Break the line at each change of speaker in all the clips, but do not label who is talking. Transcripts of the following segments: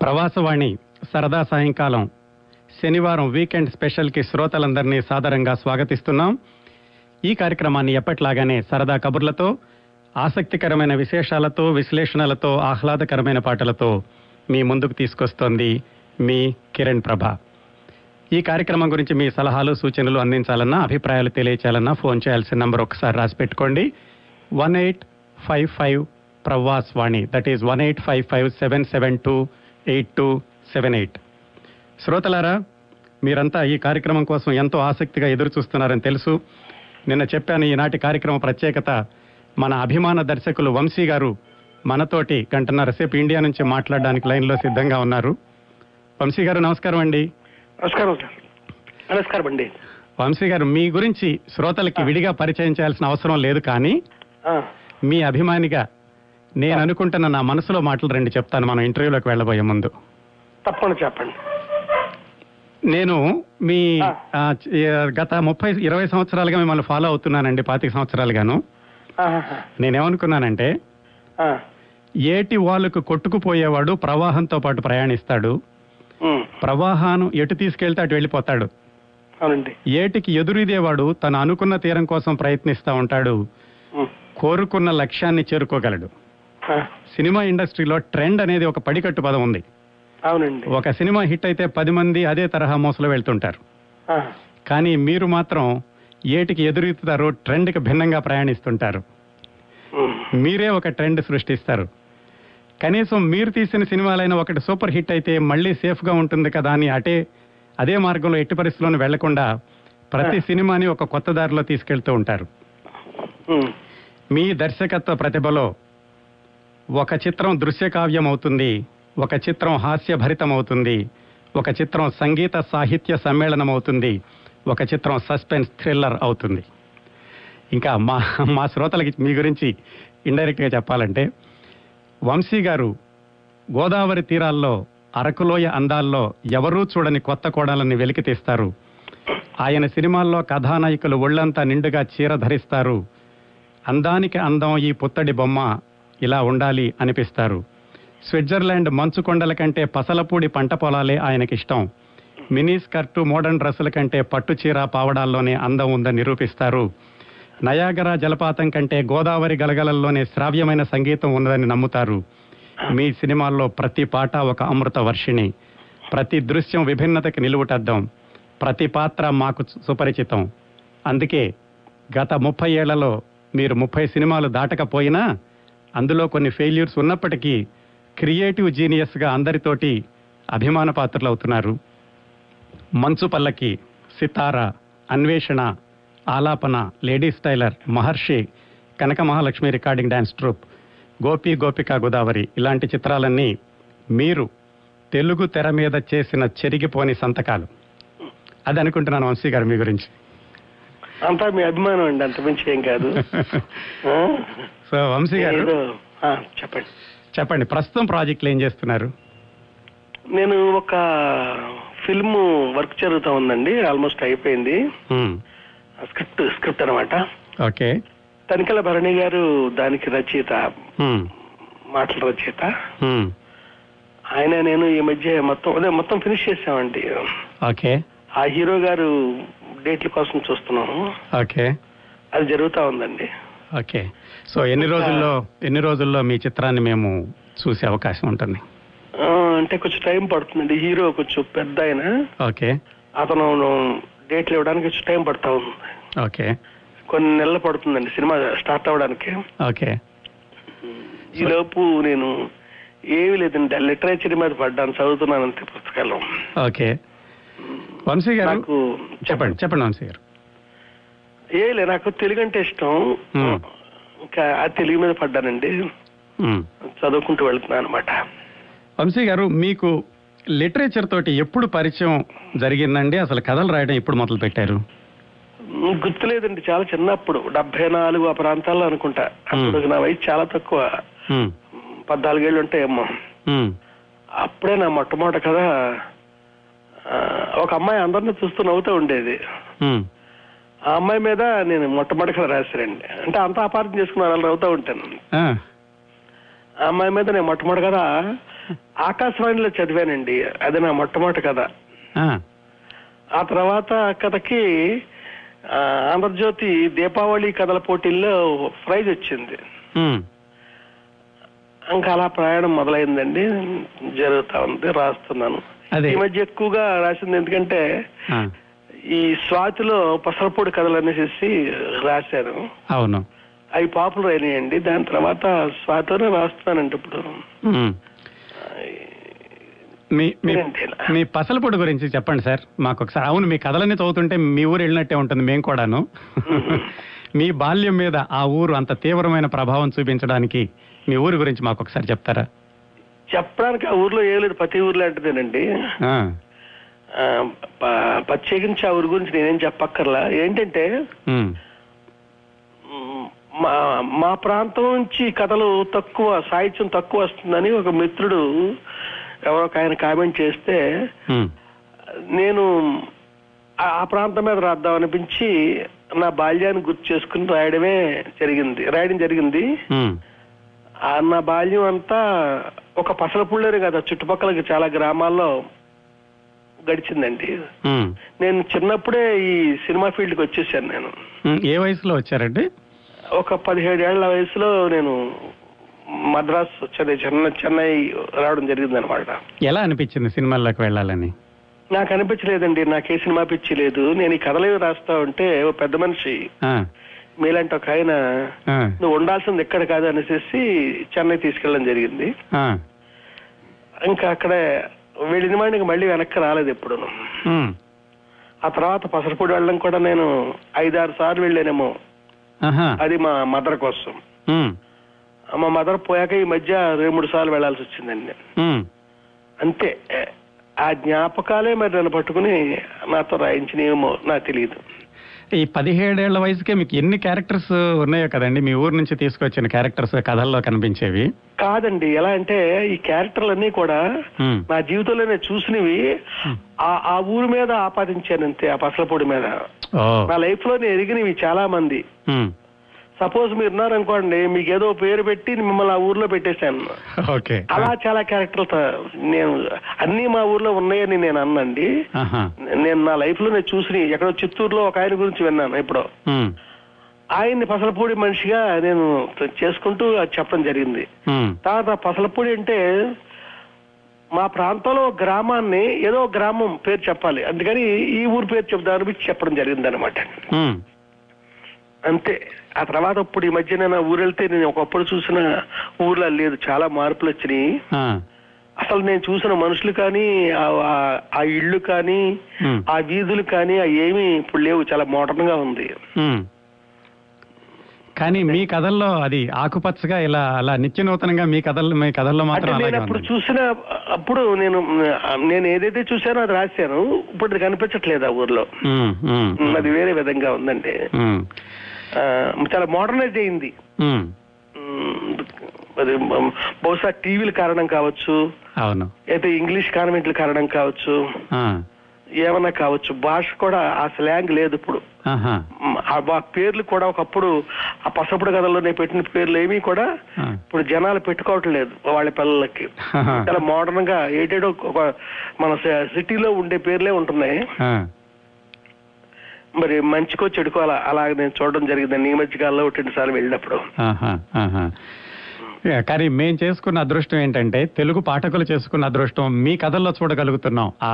ప్రవాసవాణి సరదా సాయంకాలం శనివారం వీకెండ్ స్పెషల్కి శ్రోతలందరినీ సాదరంగా స్వాగతిస్తున్నాం ఈ కార్యక్రమాన్ని ఎప్పట్లాగానే సరదా కబుర్లతో ఆసక్తికరమైన విశేషాలతో విశ్లేషణలతో ఆహ్లాదకరమైన పాటలతో మీ ముందుకు తీసుకొస్తోంది మీ కిరణ్ ప్రభ ఈ కార్యక్రమం గురించి మీ సలహాలు సూచనలు అందించాలన్నా అభిప్రాయాలు తెలియచేయాలన్నా ఫోన్ చేయాల్సిన నంబర్ ఒకసారి రాసి పెట్టుకోండి one eight five five Pravas Vani that is one eight five five seven seven two eight two seven eight శ్రోతలారా మీరంతా ఈ కార్యక్రమం కోసం ఎంతో ఆసక్తిగా ఎదురు చూస్తున్నారని తెలుసు నిన్న చెప్పాను ఈనాటి కార్యక్రమ ప్రత్యేకత మన అభిమాన దర్శకులు వంశీ గారు మనతోటి గంటన్నర సేపు ఇండియా నుంచి మాట్లాడడానికి లైన్లో సిద్ధంగా ఉన్నారు వంశీ గారు నమస్కారం అండి
నమస్కారం సార్ నమస్కారం అండి
వంశీ గారు మీ గురించి శ్రోతలకి విడిగా పరిచయం చేయాల్సిన అవసరం లేదు కానీ
ఆ,
మీ అభిమానిగా నేను అనుకుంటున్న నా మనసులో మాటలు రెండు చెప్తాను మనం ఇంటర్వ్యూలోకి వెళ్ళబోయే ముందు
తప్పకుండా చెప్పండి
నేను మీ
ఆ.
ఆ, చ- ఆ, గత ముప్పై ఇరవై సంవత్సరాలుగా మిమ్మల్ని ఫాలో అవుతున్నానండి పాతిక సంవత్సరాలుగాను
ఆహాహా.
నేనేమనుకున్నానంటే
ఆ,
ఏటి వాళ్ళకు కొట్టుకుపోయేవాడు ప్రవాహంతో పాటు ప్రయాణిస్తాడు
ఉమ్,
ప్రవాహాను ఎటు తీసుకెళ్తే అటు వెళ్ళిపోతాడు
అవునండి
ఏటికి ఎదురీదేవాడు తను అనుకున్న తీరం కోసం ప్రయత్నిస్తూ ఉంటాడు
ఉమ్,
కోరుకున్న లక్ష్యాన్ని చేరుకోగలడు
ఆ,
సినిమా ఇండస్ట్రీలో ట్రెండ్ అనేది ఒక పడికట్టు పదం ఉంది
అవునండి
ఒక సినిమా హిట్ అయితే పది మంది అదే తరహా మోసలో వెళ్తుంటారు
ఆ,
కానీ మీరు మాత్రం ఏటికి ఎదురుతారు ట్రెండ్కి భిన్నంగా ప్రయాణిస్తుంటారు
ఉమ్,
మీరే ఒక ట్రెండ్ సృష్టిస్తారు కనీసం మీరు తీసిన సినిమాలైన ఒకటి సూపర్ హిట్ అయితే మళ్ళీ సేఫ్గా ఉంటుంది కదా అని అటే అదే మార్గంలో ఎట్టి పరిస్థితుల్లోనూ వెళ్లకుండా ప్రతి సినిమాని ఒక కొత్త దారిలో తీసుకెళ్తూ ఉంటారు
ఉమ్,
మీ దర్శకత్వ ప్రతిభలో ఒక చిత్రం దృశ్యకావ్యం అవుతుంది ఒక చిత్రం హాస్యభరితం అవుతుంది ఒక చిత్రం సంగీత సాహిత్య సమ్మేళనం అవుతుంది ఒక చిత్రం సస్పెన్స్ థ్రిల్లర్ అవుతుంది ఇంకా మా మా శ్రోతలకి మీ గురించి ఇండైరెక్ట్గా చెప్పాలంటే వంశీ గారు గోదావరి తీరాల్లో అరకులోయ అందాల్లో ఎవరూ చూడని కొత్త కోణాలని వెలికి తీస్తారు ఆయన సినిమాల్లో కథానాయకులు ఒళ్ళంతా నిండుగా చీర ధరిస్తారు అందానికి అందం ఈ పుత్తడి బొమ్మ ఇలా ఉండాలి అనిపిస్తారు స్విట్జర్లాండ్ మంచు కొండల కంటే పసలపూడి పంట పొలాలే ఆయనకిష్టం మినీ స్కర్టు మోడర్న్ డ్రెస్సుల కంటే పట్టు చీర పావడాల్లోనే అందం ఉందని నిరూపిస్తారు నయాగరా జలపాతం కంటే గోదావరి గలగలల్లోనే శ్రావ్యమైన సంగీతం ఉన్నదని నమ్ముతారు మీ సినిమాల్లో ప్రతి పాట ఒక అమృత వర్షిణి ప్రతి దృశ్యం విభిన్నతకి నిలువుటద్దం ప్రతి పాత్ర మాకు సుపరిచితం అందుకే గత ముప్పై ఏళ్లలో మీరు ముప్పై సినిమాలు దాటకపోయినా అందులో కొన్ని ఫెయిల్యూర్స్ ఉన్నప్పటికీ క్రియేటివ్ జీనియస్గా అందరితోటి అభిమాన పాత్రలు అవుతున్నారు మంచు Pallaki Sitara Anveshana Aalapana ladies tailor Maharshi Kanaka Mahalakshmi recording dance troupe Gopi Gopika Godavari ఇలాంటి చిత్రాలన్నీ మీరు తెలుగు తెర మీద చేసిన చెరిగిపోని సంతకాలు అది అనుకుంటున్నాను వంశీ గారు మీ గురించి
అంతా మీ అభిమానం అండి అంత మంచి ఏం కాదు ఆ,
సో వంశీ గారు
ఏదో ఆ, చెప్పండి
చెప్పండి ప్రస్తుతం ప్రాజెక్టులు ఏం చేస్తున్నారు
నేను ఒక ఫిల్మ్ వర్క్ జరుగుతూ ఉందండి ఆల్మోస్ట్ అయిపోయింది
హ్మ్.
స్క్రిప్ట్ స్క్రిప్ట్ అనమాట
ఓకే
తనికల భరణి గారు దానికి రచయిత
హ్మ్.
మాటల రచయిత
హ్మ్.
ఆయన నేను ఈ మధ్య మొత్తం అదే మొత్తం ఫినిష్ చేసామండి
ఓకే
ఆ హీరో గారు డేట్ల కోసం చూస్తున్నాము
ఓకే
అది జరుగుతా ఉందండి
ఓకే సో ఎన్ని రోజుల్లో ఎన్ని రోజుల్లో మీ చిత్రాన్ని మేము చూసే అవకాశం ఉంటుంది
ఆ, అంటే కొంచెం టైం పడుతుందండి హీరో కొంచెం పెద్ద ఆయన
ఓకే
అతను డేట్లు ఇవ్వడానికి కొంచెం టైం పడతా ఉంది
ఓకే
కొన్ని నెలలు పడుతుందండి సినిమా స్టార్ట్ అవ్వడానికి
ఓకే
ఈ లోపు నేను ఏమీ లేదండి లిటరేచర్ మీద పడ్డాను చదువుతున్నాను అంతే పుస్తకాలు
ఓకే వంశీ గారు
నాకు
చెప్పండి చెప్పండి వంశీ గారు
ఏ లే నాకు తెలుగు అంటే ఇష్టం
Hmm.
ఇంకా ఆ తెలుగు మీద పడ్డానండి
హ్మ్.
చదువుకుంటూ వెళ్తున్నాను అనమాట
వంశీ గారు మీకు లిటరేచర్ తోటి ఎప్పుడు పరిచయం జరిగిందండి అసలు కథలు రాయడం ఎప్పుడు మొదలు పెట్టారు
గుర్తులేదండి చాలా చిన్నప్పుడు డెబ్బై నాలుగు ఆ ప్రాంతాల్లో అనుకుంటా అప్పుడు నా వయసు చాలా తక్కువ
హ్మ్.
పద్నాలుగేళ్ళు ఉంటాయేమో
హ్మ్.
అప్పుడే నా మొట్టమొదటి కథ ఆ, ఒక అమ్మాయి అందరిని చూస్తూ నవ్వుతూ ఉండేది
హ్మ్.
ఆ అమ్మాయి మీద నేను మొట్టమొదటి కథ రాశానండి అంటే అంతా అపార్థం చేసుకున్నారు వాళ్ళు నవ్వుతూ ఉంటాను
ఆ.
ఆ అమ్మాయి మీద నేను మొట్టమొదటి కథ ఆకాశవాణిలో చదివానండి అది నా మొట్టమొదటి కథ
ఆ,
ఆ తర్వాత ఆ కథకి ఆ, ఆంధ్రజ్యోతి దీపావళి కథల పోటీల్లో ప్రైజ్ వచ్చింది
ఉమ్,
ఇంకా అలా ప్రయాణం మొదలైందండి జరుగుతా ఉంది రాస్తున్నాను
అదే.
ఈ మధ్య ఎక్కువగా రాసింది ఎందుకంటే
ఆ,
ఈ స్వాతిలో పసరపూడి కథలు అనేసి రాశాను
అవును
అవి పాపులర్ అయినాయండి దాని తర్వాత స్వాతిలోనే రాస్తున్నానండి ఇప్పుడు
ఉమ్. మీ మీ
ఏంటి ఇలా?
మీ పసలపొడి గురించి చెప్పండి సార్ మాకు ఒకసారి అవును మీ కథలన్నీ చదువుతుంటే మీ ఊరు వెళ్ళినట్టే ఉంటుంది మేము కూడాను మీ బాల్యం మీద ఆ ఊరు అంత తీవ్రమైన ప్రభావం చూపించడానికి మీ ఊరు గురించి మాకు ఒకసారి చెప్తారా
చెప్పడానికి ఆ ఊర్లో ఏం లేదు ప్రతి ఊర్లో అంటదేనండి
ఆ,
ఆ, ప- ప్రత్యేకించి ఆ ఊరి గురించి నేనేం చెప్పక్కర్లా ఏంటంటే
ఉమ్,
మ్, మా మా ప్రాంతం నుంచి కథలు తక్కువ సాహిత్యం తక్కువ వస్తుందని ఒక మిత్రుడు ఎవరో ఒక ఆయన కామెంట్ చేస్తే
ఉమ్,
నేను ఆ ఆ ప్రాంతం మీద రాద్దాం అనిపించి నా బాల్యాన్ని గుర్తు చేసుకుని రాయడమే జరిగింది రాయడం జరిగింది
ఉమ్,
ఆ నా బాల్యం అంతా ఒక పసలపుళ్ళేరు కదా చుట్టుపక్కల చాలా గ్రామాల్లో గడిచిందండి
ఉమ్,
నేను చిన్నప్పుడే ఈ సినిమా ఫీల్డ్కి వచ్చేసాను నేను
ఉమ్. ఏ వయసులో వచ్చారండి
ఒక పదిహేడు ఏళ్ల వయసులో నేను మద్రాస్ చెన్నై చెన్నై చెన్నై రావడం జరిగింది అనమాట
ఎలా అనిపించింది సినిమాల్లోకి వెళ్ళాలని
నాకు అనిపించలేదండి నాకే సినిమా పిచ్చి లేదు నేను ఈ కథలు ఏవి రాస్తా ఉంటే ఓ పెద్ద మనిషి
ఆ,
మీలాంటి ఒక ఆయన
ఆ,
నువ్వు ఉండాల్సింది ఎక్కడ కాదు అనేసి చెన్నై తీసుకెళ్ళడం జరిగింది
ఆ,
ఇంకా అక్కడ వెళ్ళిన వాడికి మళ్ళీ వెనక్కి రాలేదు ఎప్పుడు
ఉమ్,
ఆ తర్వాత పసరపూడి వెళ్ళడం కూడా నేను ఐదారు సార్లు వెళ్ళానేమో
ఆహా,
అది మా మదర్ కోసం
ఉమ్,
మా మదర్ పోయాక ఈ మధ్య రెండు మూడు సార్లు వెళ్ళాల్సి వచ్చిందండి
ఉమ్.
అంతే ఆ జ్ఞాపకాలే మరి నన్ను పట్టుకుని నాతో రాయించినేమో నాకు తెలియదు
ఈ పదిహేడేళ్ల వయసుకే మీకు ఎన్ని క్యారెక్టర్స్ ఉన్నాయో కదండి మీ ఊరు నుంచి తీసుకొచ్చిన క్యారెక్టర్స్ కథల్లో కనిపించేవి
కాదండి ఎలా అంటే ఈ క్యారెక్టర్లన్నీ కూడా
ఉమ్,
నా జీవితంలో నేను చూసినవి ఆ ఆ ఊరి మీద ఆపాదించాను అంతే ఆ పసలపొడి మీద
ఓ
నా లైఫ్ లో నేను ఎరిగినవి చాలా మంది
ఉమ్,
సపోజ్ మీరు ఉన్నారనుకోండి మీకు ఏదో పేరు పెట్టి మిమ్మల్ని ఆ ఊర్లో పెట్టేశాను
ఓకే
అలా చాలా క్యారెక్టర్లు నేను అన్ని మా ఊర్లో ఉన్నాయని నేను అన్నండి
ఆహా,
నేను నా లైఫ్ లో నేను చూసిన ఎక్కడో చిత్తూరులో ఒక ఆయన గురించి విన్నాను ఎప్పుడో
ఉమ్,
ఆయన్ని పసలపూడి మనిషిగా నేను చేసుకుంటూ అది చెప్పడం జరిగింది
ఉమ్,
తర్వాత పసలపూడి అంటే మా ప్రాంతంలో ఒక గ్రామాన్ని ఏదో ఒక గ్రామం పేరు చెప్పాలి అందుకని ఈ ఊరు పేరు చెప్దామని మీకు చెప్పడం జరిగింది అనమాట
ఉమ్,
అంతే ఆ తర్వాత ఇప్పుడు ఈ మధ్య నేను ఆ ఊరు వెళ్తే నేను ఒకప్పుడు చూసిన ఊర్లో లేదు చాలా మార్పులు వచ్చినాయి
ఆ,
అసలు నేను చూసిన మనుషులు కానీ ఆ- ఆ- ఆ ఇళ్ళు కానీ
ఉమ్,
ఆ వీధులు కానీ అవి ఏమీ ఇప్పుడు లేవు చాలా మోడర్న్ గా ఉంది
ఉమ్. కానీ మీ కథల్లో అది ఆకుపచ్చగా ఇలా అలా నిత్య నూతనంగా మీ కథల్లో మీ కథల్లో
అంటే
మాత్రం
నేను
అలాగే
అప్పుడు
ఉందండి.
చూసిన అప్పుడు నేను నేను ఏదైతే చూసానో అది రాశాను ఇప్పుడు అది కనిపించట్లేదు ఆ ఊర్లో
ఉమ్, ఉమ్,
అది వేరే విధంగా ఉందండి
ఉమ్,
ఆ, చాలా మోడర్నైజ్ అయింది
ఉమ్,
ఉమ్, అది బహుశా టీవీల కారణం కావచ్చు
అవును
అయితే ఇంగ్లీష్ కాన్వెంట్ల కారణం కావచ్చు
ఆ,
ఏమన్నా కావచ్చు భాష కూడా ఆ స్లాంగ్ లేదు ఇప్పుడు
ఆహా,
ఉమ్, ఆ బా- పేర్లు కూడా ఒకప్పుడు ఆ పసపుడు కథల్లో నేను పెట్టిన పేర్లు ఏమీ కూడా
ఆ,
ఇప్పుడు జనాలు పెట్టుకోవట్లేదు వాళ్ళ పిల్లలకి
ఆహా,
చాలా మోడర్న్ గా ఏటేటో ఒక మన స- సిటీలో ఉండే పేర్లే ఉంటున్నాయి
ఆ,
మరి మంచికో చెడుకో అలా అలా నేను చూడడం జరిగిందండి ఈ మధ్య కాలంలో ఒకటి రెండు సార్లు వెళ్ళినప్పుడు
ఆహా, ఆహా. ఏ, కానీ మేము చేసుకున్న అదృష్టం ఏంటంటే తెలుగు పాఠకులు చేసుకున్న అదృష్టం మీ కథల్లో చూడగలుగుతున్నాం ఆ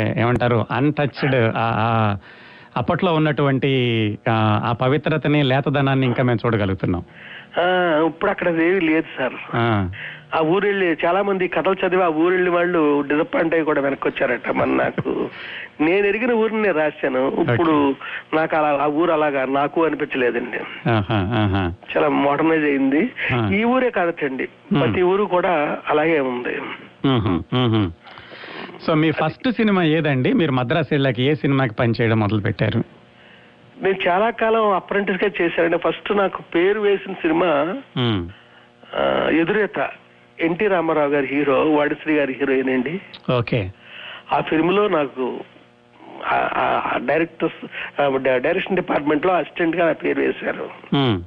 ఏ- ఏమంటారు అన్టచ్డ్ అప్పట్లో ఉన్నటువంటి ఆ, ఆ పవిత్రతని లేతదనాన్ని ఇంకా మేము చూడగలుగుతున్నాం
ఆ, ఇప్పుడు అక్కడ ఏమీ లేదు సార్
ఆ,
ఆ ఊరెళ్ళి చాలా మంది కథలు చదివి ఆ ఊరెళ్ళి వాళ్ళు డిసప్పాయింట్ అయ్యి కూడా వెనక్కి వచ్చారట మరి నాకు నేను ఎరిగిన ఊరిని నేను రాశాను ఇప్పుడు నాకు అలా ఆ ఊరు అలాగా నాకు అనిపించలేదండి
ఆహా, ఆహా.
చాలా మోడర్నైజ్ అయింది
ఆ.
ఈ ఊరే కాదటండి
Hmm.
ప్రతి ఊరు కూడా అలాగే ఉంది
ఉహుం, ఉహుం. సో మీ ఫస్ట్ సినిమా ఏదండి మీరు మద్రాసు వెళ్ళాక ఏ సినిమాకి పనిచేయడం మొదలు పెట్టారు
నేను చాలా కాలం అప్రెంటిస్ గా చేశానండి ఫస్ట్ నాకు పేరు వేసిన సినిమా
ఉమ్.
ఆ, ఎదురేత ఎన్టీ రామారావు గారి హీరో వాడిశ్రీ గారి హీరోయిన్ అండి
ఓకే
ఆ ఫిల్మ్ లో నాకు డైరెక్టర్స్ డైరెక్షన్ డిపార్ట్మెంట్ లో అసిస్టెంట్ గా నా పేరు వేశారు
ఉమ్,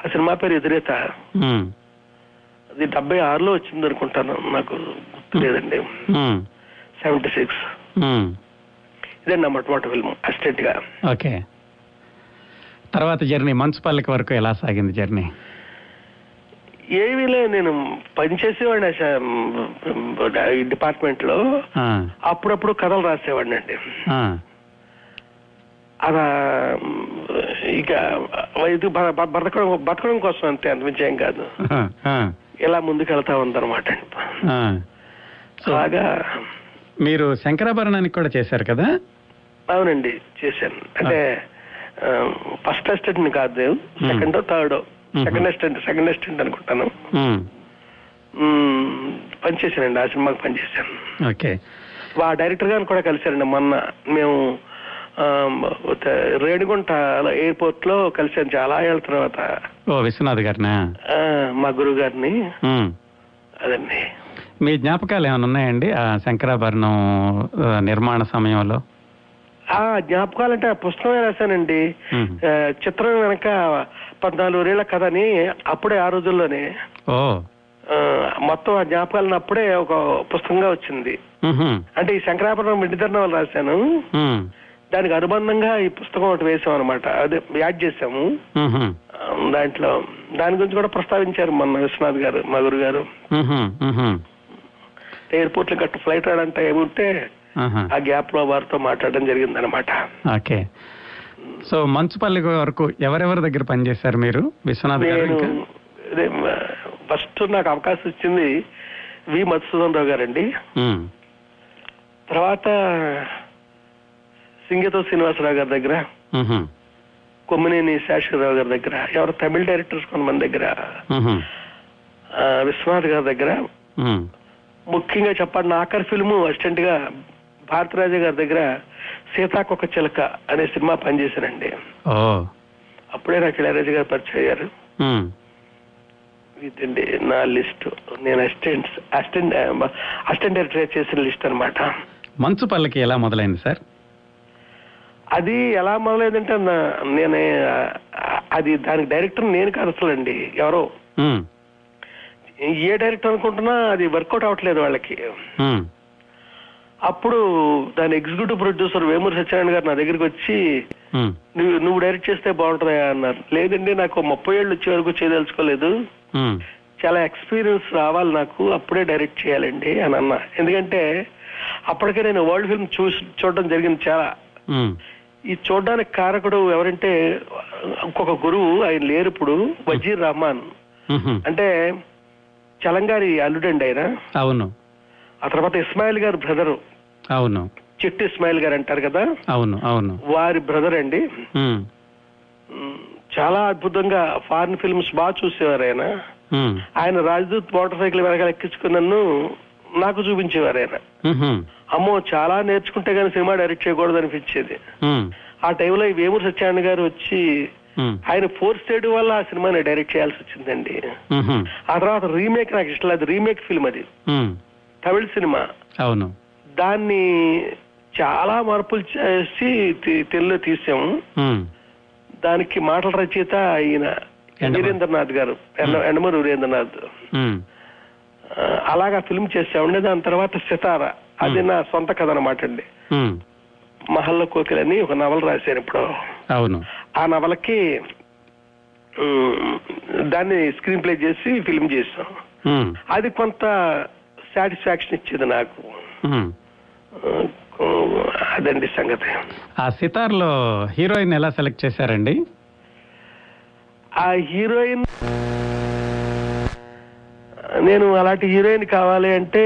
ఆ సినిమా పేరు ఎదురేత
ఉమ్,
అది డెబ్బై ఆరులో వచ్చింది అనుకుంటాను నాకు గుర్తు లేదండి
ఉమ్,
సెవెంటీ సిక్స్
ఉమ్,
ఇదే నా మొట్టమొదటి ఫిల్మ్ అసిస్టెంట్ గా
ఓకే తర్వాత జర్నీ మంచుపల్లికి వరకు ఎలా సాగింది జర్నీ
ఏమీ లేదు నేను పనిచేసేవాడిని ఆ శా- ఈ డిపార్ట్మెంట్ లో
ఆ,
అప్పుడప్పుడు కథలు రాసేవాడిని అండి
ఆ,
అలా ఇక ఇది బ- బ- బతకడం బతకడం కోసం అంతే అంతమించి ఏం కాదు
ఆ, ఆ,
ఇలా ముందుకెళ్తా ఉందన్నమాట అండి
ఆ. సో
అలాగా
మీరు శంకరాభరణానికి కూడా చేశారు కదా
అవునండి చేశాను అంటే ఫస్ట్ అసిస్టెంట్ కాదు second third second assistant second assistant అనుకుంటాను
ఉమ్,
మ్మ్, పనిచేశానండి ఆ సినిమాకి పనిచేశాను
ఓకే
ఆ డైరెక్టర్ గారిని కూడా కలిశానండి మొన్న మేము ఆ, ఒక రేణిగుంట ఎయిర్పోర్ట్ లో కలిశాను చాలా ఏళ్ళ తర్వాత
ఓ విశ్వనాథ్ గారినా
ఆ, మా గురువు గారిని
ఉమ్.
అదండి
మీ జ్ఞాపకాలు ఏమైనా ఉన్నాయండి ఆ శంకరాభరణం ఆ, నిర్మాణ సమయంలో
ఆ జ్ఞాపకాలంటే ఆ పుస్తకమే రాశానండి
ఉమ్.
ఆ, చిత్రం వెనక పద్నాలుగు రేళ్ల కథ అని అప్పుడే ఆ రోజుల్లోనే
ఓ
ఆ, మొత్తం ఆ జ్ఞాపకాలను అప్పుడే ఒక పుస్తకంగా వచ్చింది
ఉహుం,
అంటే ఈ శంకరాపురం ఇంటి వాళ్ళు రాశాను
ఉమ్,
దానికి అనుబంధంగా ఈ పుస్తకం ఒకటి వేసాం అనమాట అదే యాడ్ చేసాము
ఉహుం,
ఆ, దాంట్లో దాని గురించి కూడా ప్రస్తావించారు మొన్న విశ్వనాథ్ గారు మా గురు గారు
ఉహుం, ఉహుం,
ఎయిర్పోర్ట్ లో గట్ట ఫ్లైట్ రావడానికి టైం ఉంటే
ఆహా,
ఆ గ్యాప్ లో వారితో మాట్లాడడం జరిగింది అనమాట
ఓకే సో మంచుపల్లి వరకు ఎవరెవరి దగ్గర పనిచేశారు మీరు విశ్వనాథ్ గారు
నేను
ఇంకా
ఫస్ట్ నాకు అవకాశం ఇచ్చింది వి మధుసూదన్ రావు గారండి
ఉమ్,
తర్వాత సింగతో శ్రీనివాసరావు గారి దగ్గర
ఉహుం,
కొమ్మినేని శేషరావు గారి దగ్గర ఎవరు తమిళ డైరెక్టర్స్ కొంతమంది దగ్గర
ఉహుం,
ఆ, విశ్వనాథ్ గారి దగ్గర
ఉమ్,
ముఖ్యంగా చెప్పాలి నా ఆఖరి ఫిల్ము అసిస్టెంట్ గా భారతరాజు గారి దగ్గర సీతాకొక చిలక అనే సినిమా పనిచేశానండి
ఓ
అప్పుడే నాకు ఇళయరాజు గారు పరిచయం అయ్యారు
ఉమ్,
ఇదండి నా లిస్ట్ నేను అసిస్టెంట్ అసిస్టెంట్ అసిస్టెంట్ డైరెక్టర్ చేసిన లిస్ట్ అన్నమాట
మంచుపల్లికి ఎలా మొదలైంది సార్
అది ఎలా మొదలైందంటే నా- నేను ఆ, అది దానికి డైరెక్టర్ నేను కాదు అసలు అండి ఎవరో
ఉమ్,
ఏ డైరెక్టర్ అనుకుంటున్నా అది వర్కౌట్ అవ్వట్లేదు వాళ్ళకి
ఉమ్,
అప్పుడు దాని ఎగ్జిక్యూటివ్ ప్రొడ్యూసర్ వేమూరి సత్యనారాయణ గారు నా దగ్గరికి వచ్చి
ఉమ్,
నువ్వు నువ్వు డైరెక్ట్ చేస్తే బాగుంటుందా అన్నారు లేదండి నాకు ముప్పై ఏళ్ళు వచ్చే వరకు చేయదలుచుకోలేదు
ఉమ్,
చాలా ఎక్స్పీరియన్స్ రావాలి నాకు అప్పుడే డైరెక్ట్ చేయాలండి అని అన్నా ఎందుకంటే అప్పటికే నేను వరల్డ్ ఫిల్మ్ చూసి చూడడం జరిగింది చాలా
ఉమ్,
ఈ చూడడానికి కారకుడు ఎవరంటే ఇంకొక గురువు ఆయన లేరు ఇప్పుడు వజీర్ రహమాన్
ఉహుం,
అంటే చలంగారి అల్లుడండి ఆయన
అవును
ఆ తర్వాత ఇస్మాయిల్ గారు బ్రదరు
అవును
చిట్టి ఇస్మాయిల్ గారు అంటారు కదా
అవును అవును
వారి బ్రదర్ అండి
ఉమ్,
ఉమ్, చాలా అద్భుతంగా ఫారిన్ ఫిల్మ్స్ బాగా చూసేవారు ఆయన
ఉమ్,
ఆయన రాజదూత్ మోటార్ సైకిల్ వెనకాల ఎక్కించుకుని నన్ను నాకు చూపించేవారు ఆయన
ఉహుం,
అమ్మో చాలా నేర్చుకుంటే కానీ సినిమా డైరెక్ట్ చేయకూడదు అనిపించేది
ఉమ్,
ఆ టైంలో ఈ వేమూరి సత్యనారాయణ గారు వచ్చి
ఉమ్,
ఆయన ఫోర్స్ చేయడం వల్ల ఆ సినిమాని డైరెక్ట్ చేయాల్సి వచ్చిందండి
ఉహుం,
ఆ తర్వాత రీమేక్ నాకు ఇష్టం లేదు రీమేక్ ఫిల్మ్ అది
ఉమ్,
తమిళ సినిమా
అవును
దాన్ని చాలా మార్పులు చేసి తి- తెలుగులో తీసాము
ఉమ్,
దానికి మాటల రచయిత ఈయన
ఎండమూరి.
వీరేంద్రనాథ్ గారు ఎండ- ఎండమూరి వీరేంద్రనాథ్
ఉమ్,
ఆ, అలాగా ఫిల్మ్ చేసామండి దాని తర్వాత సితార అది నా సొంత కథ అనమాట అండి
ఉమ్,
మహల్ల కోకిల అని ఒక నవల రాశాను ఇప్పుడు
అవును
ఆ నవలకి ఉమ్, దాన్ని స్క్రీన్ ప్లే చేసి ఫిల్మ్ చేసాం
ఉమ్,
అది కొంత సాటిస్ఫాక్షన్ ఇచ్చేది నాకు
ఉమ్.
ఆ, అదండి సంగతి
ఆ సితార్లో హీరోయిన్ ఎలా సెలెక్ట్ చేశారండి
ఆ హీరోయిన్ నేను అలాంటి హీరోయిన్ కావాలి అంటే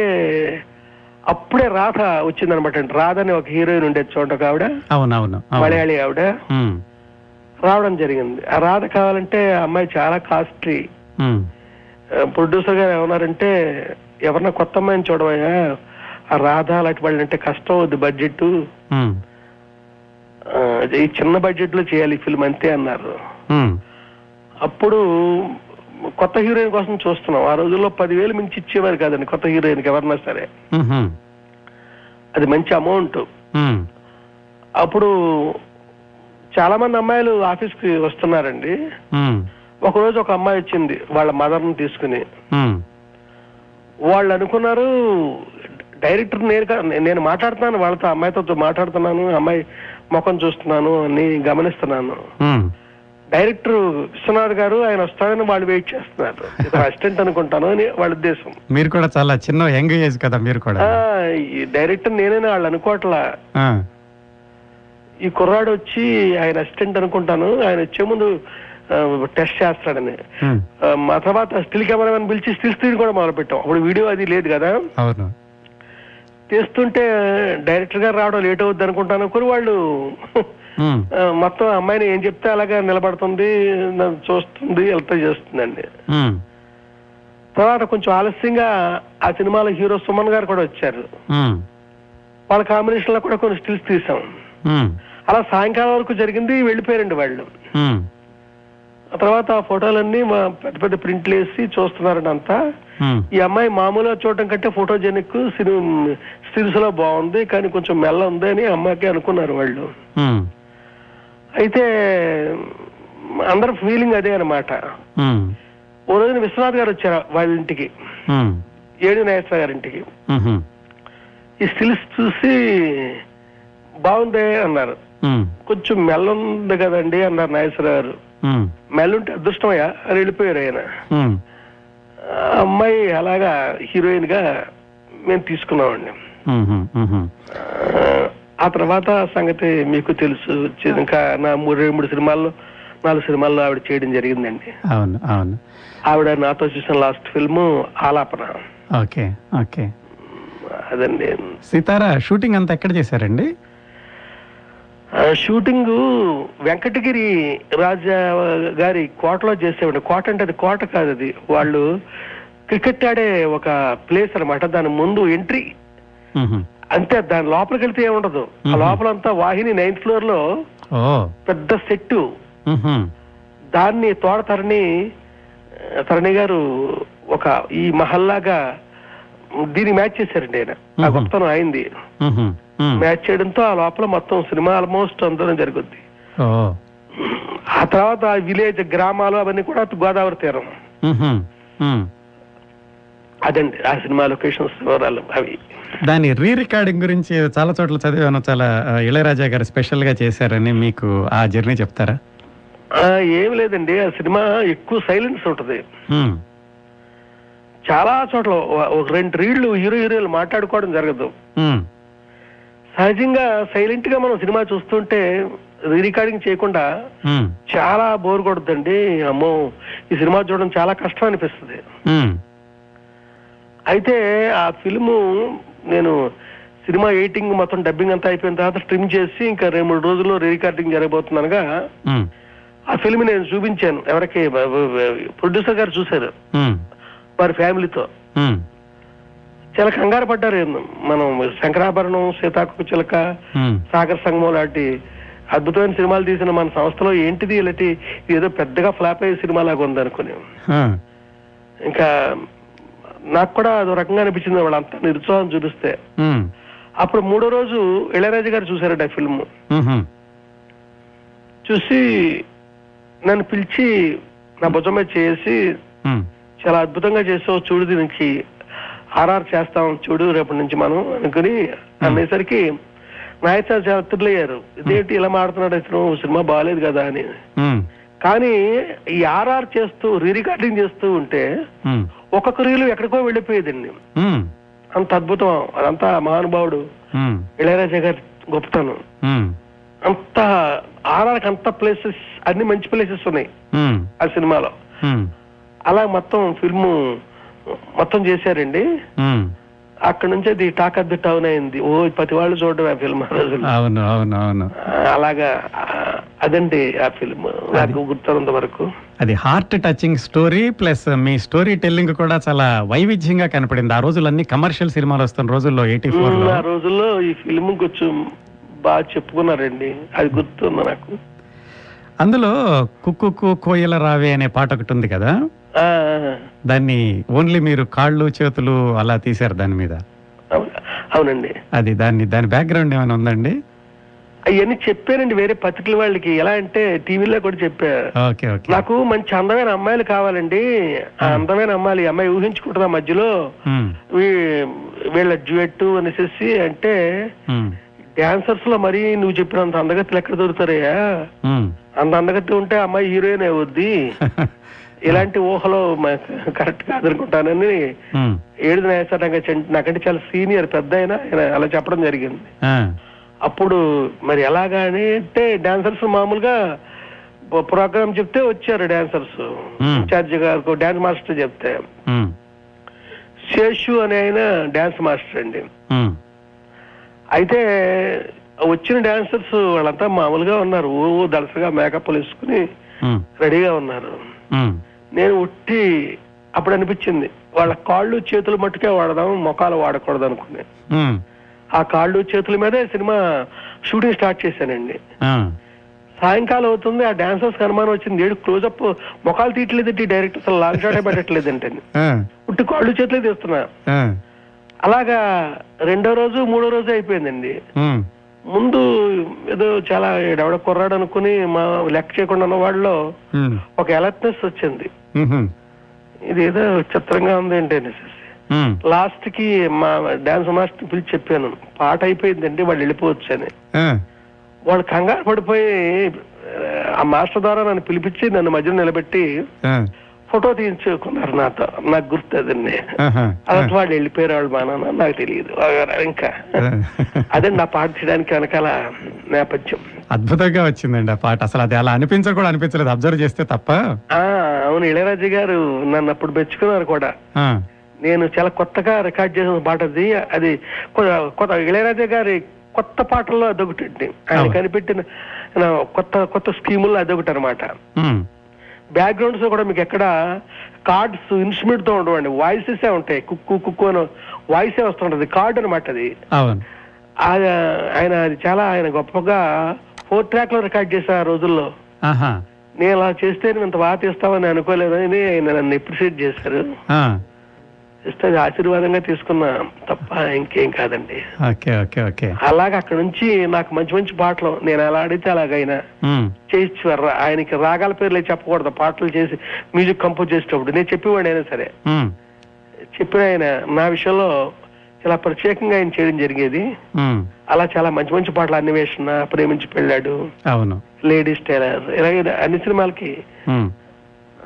అప్పుడే రాధ వచ్చిందనమాట అండి రాధ అని ఒక హీరోయిన్ ఉండేది చూడండి ఒక ఆవిడ
అవును అవును అవును.
మలయాళి ఆవిడ
ఉమ్,
రావడం జరిగింది ఆ రాధ కావాలంటే ఆ అమ్మాయి చాలా కాస్ట్లీ
ఉమ్,
ప్రొడ్యూసర్ గారు ఏమన్నారంటే ఎవరన్నా కొత్త అమ్మాయిని చూడవయ్యా ఆ రాధ అలాంటి వాళ్ళు అంటే కష్టం అవుద్ది బడ్జెట్
ఉమ్,
ఈ చిన్న బడ్జెట్ లో చేయాలి ఈ ఫిల్మ్ అంతే అన్నారు
ఉమ్,
అప్పుడు కొత్త హీరోయిన్ కోసం చూస్తున్నాం ఆ రోజుల్లో పదివేలు మించి ఇచ్చేవారు కాదండి కొత్త హీరోయిన్ కి ఎవరన్నా సరే
ఉహుం,
అది మంచి అమౌంట్
ఉమ్,
అప్పుడు చాలా మంది అమ్మాయిలు ఆఫీస్ కి వస్తున్నారండి
ఉమ్,
ఒక రోజు ఒక అమ్మాయి వచ్చింది వాళ్ళ మదర్ ని తీసుకుని
ఉమ్,
వాళ్ళు అనుకున్నారు డైరెక్టర్ నేరుగా నే- నేను మాట్లాడుతున్నాను వాళ్ళతో అమ్మాయితో మాట్లాడుతున్నాను అమ్మాయి ముఖం చూస్తున్నాను అని గమనిస్తున్నాను
ఉమ్,
డైరెక్టర్ విశ్వనాథ్ గారు ఆయన వస్తాడని వాళ్ళు వెయిట్ చేస్తున్నారు ఇతను అసిస్టెంట్ అనుకుంటాను అని వాళ్ళ ఉద్దేశం
మీరు కూడా చాలా చిన్న యంగ్ ఏజ్ కదా మీరు కూడా
ఆ, ఈ డైరెక్టర్ నేనని వాళ్ళు అనుకోవట్లా
ఆ,
ఈ కుర్రాడు వచ్చి ఆయన అసిస్టెంట్ అనుకుంటాను ఆయన వచ్చే ముందు టెస్ట్ చేస్తాడని
ఉమ్,
ఆ, మా తర్వాత స్టిల్ కెమెరామెన్ పిలిచి స్టిల్స్ తీయడం కూడా మొదలు పెట్టాం అప్పుడు వీడియో అది లేదు కదా
అవును
తీస్తుంటే డైరెక్టర్ గారు రావడం లేట్ అవుద్ది అనుకుంటాను అనుకుని వాళ్ళు
ఉమ్,
ఆ, మొత్తం అమ్మాయిని ఏం చెప్తే అలాగా నిలబడుతుంది నన్ను చూస్తుంది వెళ్తా చేస్తుందండి
ఉమ్,
తర్వాత కొంచెం ఆలస్యంగా ఆ సినిమాలో హీరో సుమన్ గారు కూడా వచ్చారు
ఉమ్,
వాళ్ళ కాంబినేషన్ లో కూడా కొన్ని స్టిల్స్ తీసాం
ఉమ్,
అలా సాయంకాలం వరకు జరిగింది వెళ్ళిపోయారండి వాళ్ళు
ఉమ్,
ఆ తర్వాత ఆ ఫోటోలన్నీ మా పెద్ద పెద్ద ప్రింట్లు వేసి చూస్తున్నారండి అంతా
ఉమ్,
ఈ అమ్మాయి మామూలుగా చూడటం కంటే ఫోటోజెనిక్ సినిమా స్టిల్స్ లో బాగుంది కానీ కొంచెం మెల్ల ఉంది అని అమ్మాయికి అనుకున్నారు వాళ్ళు
ఉమ్,
అయితే అందరి ఫీలింగ్ అదే అనమాట
ఉమ్,
ఓ రోజున విశ్వనాథ్ గారు వచ్చారు వాళ్ళ ఇంటికి
ఉమ్,
ఏడు నాగేశ్వర గారి ఇంటికి
ఉమ్,
ఈ స్టిల్స్ చూసి బాగుంది అన్నారు
ఉమ్,
కొంచెం మెల్ల ఉంది కదండి అన్నారు నాగేశ్వర గారు
ఉమ్,
మెల్లుంటే అదృష్టమయ్యా అని వెళ్ళిపోయారు ఆయన
ఉమ్,
ఆ అమ్మాయి అలాగా హీరోయిన్ గా మేము తీసుకున్నామండి
ఉమ్, ఉమ్,
ఆ, ఆ తర్వాత సంగతి మీకు తెలుసు వచ్చి ఇంకా నా మూడు రెండు మూడు సినిమాల్లో నాలుగు సినిమాల్లో ఆవిడ చేయడం జరిగిందండి
అవును అవును
ఆవిడ నాతో చూసిన last film Aalapana
okay okay
అదండి
సీతారా షూటింగ్ అంతా ఎక్కడ చేశారండి
ఆ, షూటింగ్ వెంకటగిరి రాజా గారి కోటలో చేసేవాడు కోట అంటే అది కోట కాదు అది వాళ్ళు క్రికెట్ ఆడే ఒక ప్లేస్ అన్నమాట దాని ముందు ఎంట్రీ
ఉహు.
అంతే దాని లోపలికి వెళ్తే ఏముండదు ఆ
మ్మ్.
లోపలంతా వాహిని నైన్త్ ఫ్లోర్ లో
ఓ
పెద్ద సెట్టు
ఉహు.
దాన్ని తోట తరణి ఆ, తరణి గారు ఒక ఈ మహల్లాగా దీన్ని మ్యాచ్ చేశారండి ఆయన ఆ
మ్మ్.
గొప్పతనం అయింది
ఉహు. ఉమ్.
మ్యాచ్ చేయడంతో ఆ లోపల మొత్తం సినిమా ఆల్మోస్ట్ అందరం జరుగుద్ది
ఓ
ఆ తర్వాత ఆ విలేజ్ గ్రామాలు అవన్నీ కూడా అటు గోదావరి తీరం
ఉహు. ఉమ్.
అదండి ఆ సినిమా లొకేషన్స్ వివరాలు అవి
దాని రీ రికార్డింగ్ గురించి చాలా చోట్ల చదివాను చాలా ఆ, ఇళయరాజా గారు స్పెషల్ గా చేశారని మీకు ఆ జర్నీ చెప్తారా
ఆ, ఏం లేదండి ఆ సినిమా ఎక్కువ సైలెన్స్ ఉంటది
ఉమ్.
చాలా చోట్ల ఒ- ఒక రెండు రీళ్లు హీరో హీరోలు మాట్లాడుకోవడం జరగదు
ఉమ్.
సహజంగా సైలెంట్ గా మనం సినిమా చూస్తుంటే రీ రికార్డింగ్ చేయకుండా
ఉమ్.
చాలా బోర్ కొడుతుందండి అమ్మో ఈ సినిమా చూడడం చాలా కష్టం అనిపిస్తుంది
ఉమ్.
అయితే ఆ ఫిల్ము నేను సినిమా ఎయిటింగ్ మొత్తం డబ్బింగ్ అంతా అయిపోయిన తర్వాత ట్రిమ్ చేసి ఇంకా రెండు మూడు రోజుల్లో రీ రికార్డింగ్ జరగబోతుందనగా
ఉమ్.
ఆ ఫిల్మ్ నేను చూపించాను ఎవరికి ప్రొడ్యూసర్ గారు చూశారు
ఉమ్.
వారి ఫ్యామిలీతో
ఉమ్.
చాలా కంగారు పడ్డారు ఏం- మనం శంకరాభరణం సీతాకు చిలక
ఉమ్.
సాగర్ సంఘం లాంటి అద్భుతమైన సినిమాలు తీసిన మన సంస్థలో ఏంటిది ఇలాంటి ఏదో పెద్దగా ఫ్లాప్ అయ్యే సినిమా లాగా ఉందనుకుని
ఆ.
ఇంకా నాకు కూడా అదో రకంగా అనిపించింది వాళ్ళంతా నిరుత్సాహం చూపిస్తే
ఉమ్.
అప్పుడు మూడో రోజు ఇళయరాజు గారు చూశారట ఆ ఫిల్మ్
ఉహు.
చూసి నన్ను పిలిచి నా భుజం మీద చేసి
ఉమ్.
చాలా అద్భుతంగా చేసావు చూడు దీనికి ఆర్ఆర్ చేస్తాం చూడు రేపటి నుంచి మనం అనుకుని అనేసరికి నాయచారు చాలా తిరలయ్యారు ఇదేంటి ఇలా మాడుతున్నాడు ఇతను సినిమా బాగాలేదు కదా అని
ఉమ్.
కానీ ఈ ఆర్ఆర్ చేస్తూ రీ రికార్డింగ్ చేస్తూ ఉంటే
ఉమ్.
ఒక్కొక్క రీలు ఎక్కడికో వెళ్ళిపోయేదండి
ఉమ్.
అంత అద్భుతం అదంతా మహానుభావుడు
ఉమ్.
ఇళయరాజా గారి గొప్పతనం
ఉమ్.
అంత ఆర్ఆర్కి అంత ప్లేసెస్ అన్ని మంచి ప్లేసెస్ ఉన్నాయి
ఉమ్.
ఆ సినిమాలో
ఉమ్.
అలా మొత్తం ఫిల్మ్ మొత్తం చేశారండి
ఉమ్.
అక్కడ నుంచి అది టాక్ ఆఫ్ ది టౌన్ అయింది ఓ ప్రతి వాళ్ళు చూడడం ఆ ఫిల్మ్ ఆ రోజుల్లో
అవును అవును అవును
ఆ, అలాగా ఆ, అదండి ఆ ఫిల్మ్ నాకు గుర్తున్నంత వరకు
అది హార్ట్ టచింగ్ స్టోరీ ప్లస్ మీ స్టోరీ టెల్లింగ్ కూడా చాలా వైవిధ్యంగా కనపడింది ఆ రోజులన్నీ కమర్షియల్ సినిమాలు వస్తున్న రోజుల్లో ఎయిటీ ఫోర్
ఉమ్,
లో
ఆ రోజుల్లో ఈ ఫిల్మ్ కొంచెం బాగా చెప్పుకున్నారండి అది గుర్తుంది నాకు
అందులో కుక్కు కు కోయల రావే అనే పాట ఒకటి ఉంది కదా
ఆ,
దాన్ని ఓన్లీ మీరు కాళ్ళు చేతులు అలా తీశారు దాని మీద
అవును- అవునండి
అది దాన్ని దాని బ్యాక్గ్రౌండ్ ఏమైనా ఉందండి
అవన్నీ చెప్పానండి వేరే పత్రికల వాళ్ళకి ఎలా అంటే టీవీలో కూడా చెప్పా
ఓకే ఓకే
నాకు మంచి అందమైన అమ్మాయిలు కావాలండి ఆ అందమైన అమ్మాయిలు ఈ అమ్మాయి ఊహించుకుంటుంది ఆ మధ్యలో
ఉమ్,
వీ- వీళ్ళ డ్యూయట్ అనేసి అంటే
ఉమ్,
డాన్సర్స్ లో మరీ నువ్వు చెప్పినంత అందగతులు ఎక్కడ దొరుకుతారయ్యా
ఉమ్.
అంత అందగతి ఉంటే అమ్మాయి హీరోయిన్ అవుద్ది ఇలాంటి ఊహలో మ- కరెక్ట్ కాదనుకుంటానని
ఉమ్,
ఏడు న్యాయసారంగా నాకంటే చాలా సీనియర్ పెద్ద అయినా ఆయన అలా చెప్పడం జరిగింది
ఆ,
అప్పుడు మరి ఎలాగా అని అంటే డాన్సర్స్ మామూలుగా ప్రోగ్రామ్ చెప్తే వచ్చారు డాన్సర్స్
Hmm.
ఇన్ఛార్జ్ గారు డాన్స్ మాస్టర్ చెప్తే
ఉమ్,
శేషు అనే ఆయన డాన్స్ మాస్టర్ అండి
ఉమ్,
అయితే వచ్చిన డాన్సర్స్ వాళ్ళంతా మామూలుగా ఉన్నారు ఓ దళసగా మేకప్ వేసుకుని
ఉమ్,
రెడీగా ఉన్నారు
ఉమ్.
నేను ఉట్టి అప్పుడు అనిపించింది వాళ్ళ కాళ్ళు చేతులు మట్టుకే వాడదాం మొఖాలు వాడకూడదు అనుకునే
ఉమ్,
ఆ కాళ్ళు చేతుల మీదే సినిమా షూటింగ్ స్టార్ట్ చేశానండి
ఆ,
సాయంకాలం అవుతుంది ఆ డాన్సర్స్ అనుమానం వచ్చింది ఏడు క్లోజప్ మొఖాలు తీయట్లేదంటే డైరెక్ట్ అసలు లాంగ్ షాటే పెట్టట్లేదంటే
ఆ,
ఉట్టి కాళ్ళు చేతులే తీస్తున్నా
ఆ,
అలాగా రెండో రోజు మూడో రోజు అయిపోయిందండి
ఉమ్,
ముందు ఏదో చాలా ఎవడ కుర్రాడు అనుకుని మా లెక్క చేయకుండా ఉన్న వాళ్ళలో
ఉమ్,
ఒక అలర్ట్నెస్ వచ్చింది
ఉహుం,
ఇది ఏదో చిత్రంగా ఉంది ఏంటి అనేసి
ఉమ్,
లాస్ట్ కి మా డాన్స్ మాస్టర్ పిలిచి చెప్పాను పాట అయిపోయిందండి వాళ్ళు వెళ్ళిపోవచ్చు అని
ఆ,
వాళ్ళు కంగారు పడిపోయి ఆ మాస్టర్ ద్వారా నన్ను పిలిపించి నన్ను మధ్యలో నిలబెట్టి
ఆ,
ఫోటో తీయించుకున్నారు నాతో నాకు గుర్తు అదండి
ఆహా, ఆ,
అలాంటి వాళ్ళు వెళ్ళిపోయారు వాళ్ళు మా నాన్న నాకు తెలియదు ఇంకా
ఆ.
అదే నా పాట చేయడానికి వెనకాల నేపథ్యం
అద్భుతంగా వచ్చిందండి ఆ పాట అసలు అది అలా అనిపించదు కూడా అనిపించలేదు అబ్జర్వ్ చేస్తే తప్ప
ఆ అవును ఇళయరాజు గారు నన్ను అప్పుడు మెచ్చుకున్నారు కూడా
ఆ,
నేను చాలా కొత్తగా రికార్డ్ చేసిన పాట అది అది కొ- కొత్త ఇళయరాజా గారి కొత్త పాటల్లో అదొకటి ఆయన
అవును.
కనిపెట్టిన నా కొత్త కొత్త స్కీముల్లో అదొకటి అనమాట
ఉమ్,
బ్యాక్గ్రౌండ్స్ కూడా మీకు ఎక్కడ కార్డ్స్ ఇన్స్ట్రుమెంట్ తో ఉండవండి వాయిసెస్ ఉంటాయి కుక్కు కుక్కు అని వాయిసే వస్తుంటది కార్డ్ అనమాట అది
అవును
ఆ- ఆయన అది చాలా ఆయన గొప్పగా ఫోర్ ట్రాక్ లో రికార్డ్ చేసే ఆ రోజుల్లో
ఆహా
నేను అలా చేస్తే నువ్వు ఇంత బాగా తీస్తావని అనుకోలేదని ఆయన నన్ను ఎప్రిషియేట్ చేశారు
ఆ,
ఇస్తే అది ఆశీర్వాదంగా తీసుకున్నా తప్ప ఇంకేం కాదండి
ఓకే ఓకే ఓకే
అలాగ అక్కడ నుంచి నాకు మంచి మంచి పాటలు నేను ఎలా అడిగితే అలాగైనా
ఉమ్,
చేయించు ఆయనకి రాగాల పేర్లే చెప్పకూడదు పాటలు చేసి మ్యూజిక్ కంపోజ్ చేసేటప్పుడు నేను చెప్పేవాడు అయినా సరే
ఉమ్,
చెప్పిన ఆయన నా విషయంలో చాలా ప్రత్యేకంగా ఆయన చేయడం జరిగేది
ఉమ్,
అలా చాలా మంచి మంచి పాటలు అన్వేషణ ప్రేమించి పెళ్ళాడు
అవును
లేడీస్ టైలర్ ఇలాగే అన్ని సినిమాలకి
ఉమ్.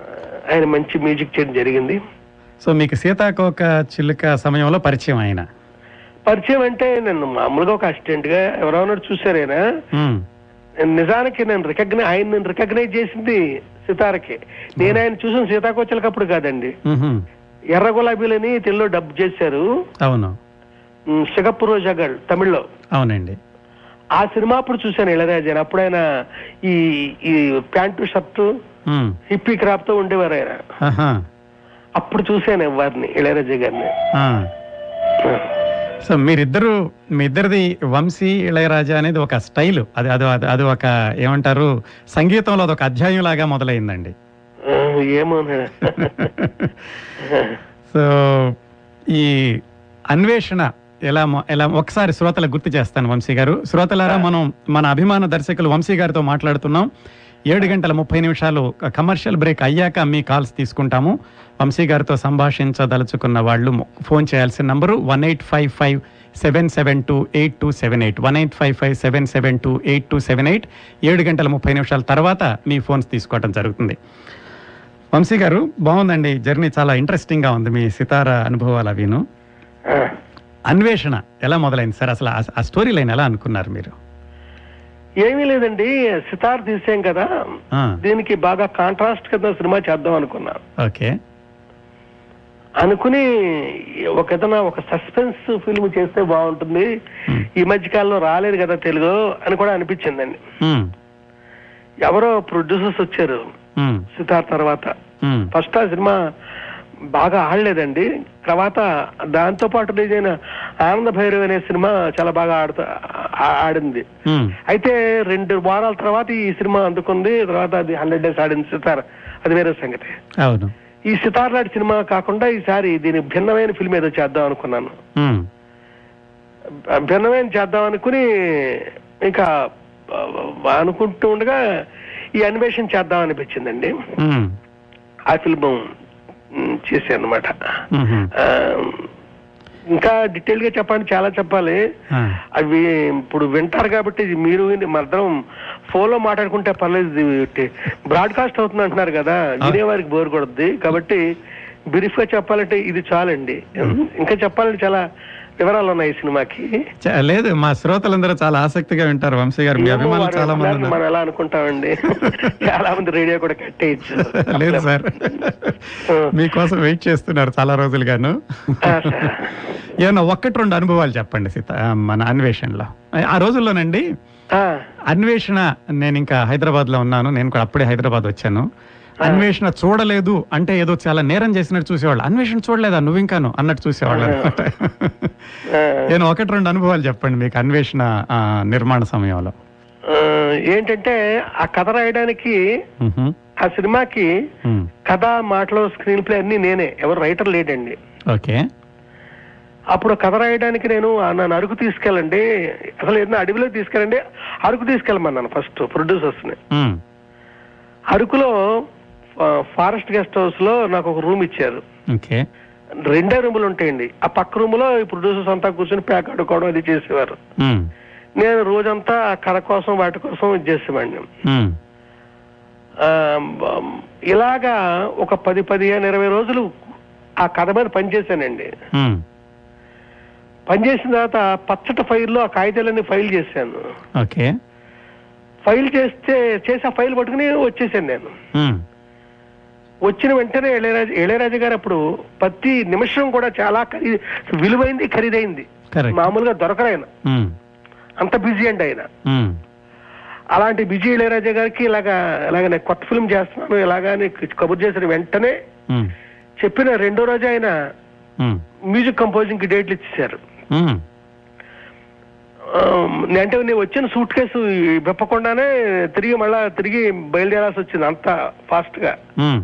ఆ, ఆయన మంచి మ్యూజిక్ చేయడం జరిగింది
సో మీకు సీతాకోక చిలుక సమయంలో పరిచయం ఆయన
పరిచయం అంటే నన్ను మామూలుగా ఒక అసిస్టెంట్ గా ఎవరైనా చూసారు ఆయన
ఉమ్,
నిజానికి నేను రికగ్నై ఆయన నేను రికగ్నైజ్ చేసింది సితారకే నేను ఆయన చూసిన సీతాకోచలకప్పుడు కాదండి
ఉహుం,
ఎర్ర గులాబీలని తెలుగులో డబ్ చేశారు
అవును
ఉమ్, సిగప్పు రోజా గల్ తమిళ్లో
అవునండి
ఆ సినిమా అప్పుడు చూశాను ఇళరాజాని అప్పుడు ఆయన ఈ ఈ ప్యాంటు షర్టు
ఉమ్,
హిప్పీ క్రాప్ తో ఉండేవారు ఆయన
ఆహా,
అప్పుడు చూశాను వారిని ఇళయరాజా గారిని
ఆ.
ఆ.
సో మీరిద్దరు మీ ఇద్దరిది వంశీ ఇళయరాజా అనేది ఒక స్టైల్ అది అది అది- అది ఒక ఏమంటారు సంగీతంలో అది ఒక అధ్యాయం లాగా మొదలైందండి
ఆ, ఏమో నాయన.
సో ఈ అన్వేషణ ఎలా మొ- ఎలా ఒకసారి శ్రోతలకు గుర్తు చేస్తాను వంశీ గారు శ్రోతలారా మనం మన అభిమాన దర్శకులు వంశీ గారితో మాట్లాడుతున్నాం ఏడు గంటల ముప్పై నిమిషాలు కమర్షియల్ బ్రేక్ అయ్యాక మీ కాల్స్ తీసుకుంటాము వంశీ గారితో సంభాషించదలుచుకున్న వాళ్ళు మొ- ఫోన్ చేయాల్సిన number one eight five five seven seven two eight two seven eight one eight five five seven seven two eight two seven eight ఏడు గంటల ముప్పై నిమిషాల తర్వాత మీ ఫోన్స్ తీసుకోవడం జరుగుతుంది వంశీ గారు బాగుందండి జర్నీ చాలా ఇంట్రెస్టింగ్ గా ఉంది మీ సితార అనుభవాలు అవిను
ఆ.
అన్వేషణ ఎలా మొదలైంది సార్ అసలు ఆ- ఆ స్టోరీ లైన్ ఎలా అనుకున్నారు మీరు
ఏమీ లేదండి సితార్ తీసాం కదా
ఆ,
దీనికి బాగా కాంట్రాస్ట్ కింద సినిమా చేద్దాం అనుకున్నా
ఓకే
అనుకుని ఒక ఏదైనా ఒక సస్పెన్స్ ఫిల్మ్ చేస్తే బాగుంటుంది ఈ మధ్య కాలంలో రాలేదు కదా తెలుగు అని కూడా అనిపించిందండి
ఉమ్,
ఎవరో ప్రొడ్యూసర్స్ వచ్చారు
ఉమ్,
సితార్ తర్వాత
ఉమ్,
ఫస్ట్ ఆ సినిమా బాగా ఆడలేదండి తర్వాత దాంతో పాటు రిలీజ్ అయిన ఆనంద భైరవ్ అనే సినిమా చాలా బాగా ఆడుతా ఆ- ఆడింది
ఉమ్,
అయితే రెండు వారాల తర్వాత ఈ సినిమా అందుకుంది తర్వాత అది హండ్రెడ్ డేస్ ఆడింది సితార్ అది వేరే సంగతి
అవును
ఈ సితార్ లాంటి సినిమా కాకుండా ఈసారి దీని భిన్నమైన ఫిల్మ్ ఏదో చేద్దాం అనుకున్నాను
ఉమ్,
భిన్నమైన చేద్దాం అనుకుని ఇంకా ఆ, అనుకుంటూ ఉండగా ఈ అన్వేషణ చేద్దాం అనిపించిందండి
మ్మ్.
ఆ ఫిల్మ్ చేశాను అనమాట
మ్మ్.
ఇంకా డీటెయిల్ గా చెప్పండి చాలా చెప్పాలి
ఆ.
అవి ఇప్పుడు వింటారు కాబట్టి ఇది మీరు మద్దరం ఫోన్ లో మాట్లాడుకుంటే పర్లేదు బ్రాడ్కాస్ట్ అవుతుంది అంటున్నారు కదా వినేవారికి బోర్ కొడుద్ది కాబట్టి బ్రీఫ్ గా చెప్పాలంటే ఇది చాలండి ఇంకా చెప్పాలంటే చాలా వివరాలు ఉన్నాయి ఈ సినిమాకి
చ- లేదు మా శ్రోతలందరూ చాలా ఆసక్తిగా వింటారు వంశీ గారు మీ
ఏమో
అభిమానులు
వారు
చాలా మంది
అంటున్నారు,
ఉన్నారు
మనం ఎలా అనుకుంటామండి చాలా మంది రేడియో కూడా కట్టేయచ్చు
లేదు సార్ మీకోసం వెయిట్ చేస్తున్నారు చాలా రోజులుగాను ఏమన్నా ఒక్కటి రెండు అనుభవాలు చెప్పండి సీత ఆ, మన అన్వేషణలో ఆ- ఆ రోజుల్లోనండి
ఆ,
అన్వేషణ నేను ఇంకా హైదరాబాద్ లో ఉన్నాను నేను కూడా అప్పుడే హైదరాబాద్ వచ్చాను అన్వేషణ చూడలేదు అంటే ఏదో చాలా నేరం చేసినట్టు చూసేవాళ్ళు అన్వేషణ చూడలేదా నువ్వు ఇంకాను అన్నట్టు చూసేవాళ్ళు అనమాట
ఆ,
నేను ఒకటి రెండు అనుభవాలు చెప్పండి మీకు అన్వేషణ ఆ, నిర్మాణ సమయంలో
ఆ, ఏంటంటే ఆ కథ రాయడానికి
మ్హూ.
ఆ సినిమాకి
మ్.
కథ మాటలు స్క్రీన్ ప్లే అన్ని నేనే ఎవరు రైటర్ లేడండి
ఓకే
అప్పుడు కథ రాయడానికి నేను ఆ నన్ను అరుకు తీసుకెళ్ళండి అసలు ఏదైనా అడవిలో తీసుకెళ్ళండి అరుకు తీసుకెళ్ళమన్నాను ఫస్ట్ ప్రొడ్యూసర్స్ ని
మ్.
అరకులో ఆ, ఫారెస్ట్ గెస్ట్ హౌస్ లో నాకు ఒక రూమ్ ఇచ్చారు
ఓకే
రెండే రూములు ఉంటాయండి ఆ పక్క రూములో ఈ ప్రొడ్యూసర్స్ అంతా కూర్చొని ప్యాక్ ఆడుకోవడం అది చేసేవారు
మ్.
నేను రోజంతా ఆ కథ కోసం వాటి కోసం ఇది చేసేవాడిని
మ్.
ఆ, బ- ఇలాగా ఒక పది పదిహేను ఇరవై రోజులు ఆ కథ మీద పనిచేశానండి
మ్.
పనిచేసిన తర్వాత పచ్చట ఫైల్లో ఆ కాగితాలన్నీ ఫైల్ చేశాను
ఓకే
ఫైల్ చేస్తే చేసి ఆ ఫైల్ పట్టుకుని వచ్చేసాను నేను
మ్.
వచ్చిన వెంటనే ఇళయరాజు ఇళయరాజు గారు అప్పుడు ప్రతి నిమిషం కూడా చాలా ఖరీ- విలువైంది ఖరీదైంది
కరెక్ట్
మామూలుగా దొరకరు ఆయన
మ్.
అంత బిజీ అండి ఆయన
మ్.
అలాంటి బిజీ ఇళయరాజా గారికి ఇలాగా ఇలాగ నేను కొత్త ఫిల్మ్ చేస్తున్నాను ఇలాగా అని కబుర్ చేసిన వెంటనే
మ్.
చెప్పిన రెండో రోజు ఆయన
మ్.
మ్యూజిక్ కంపోజింగ్ కి డేట్లు ఇచ్చేశారు
మ్.
ఆమ్, నే- అంటే నేను వచ్చిన సూట్ కేసు విప్పకుండానే తిరిగి మళ్ళా తిరిగి బయలుదేరాల్సి వచ్చింది అంత ఫాస్ట్ గా
మ్.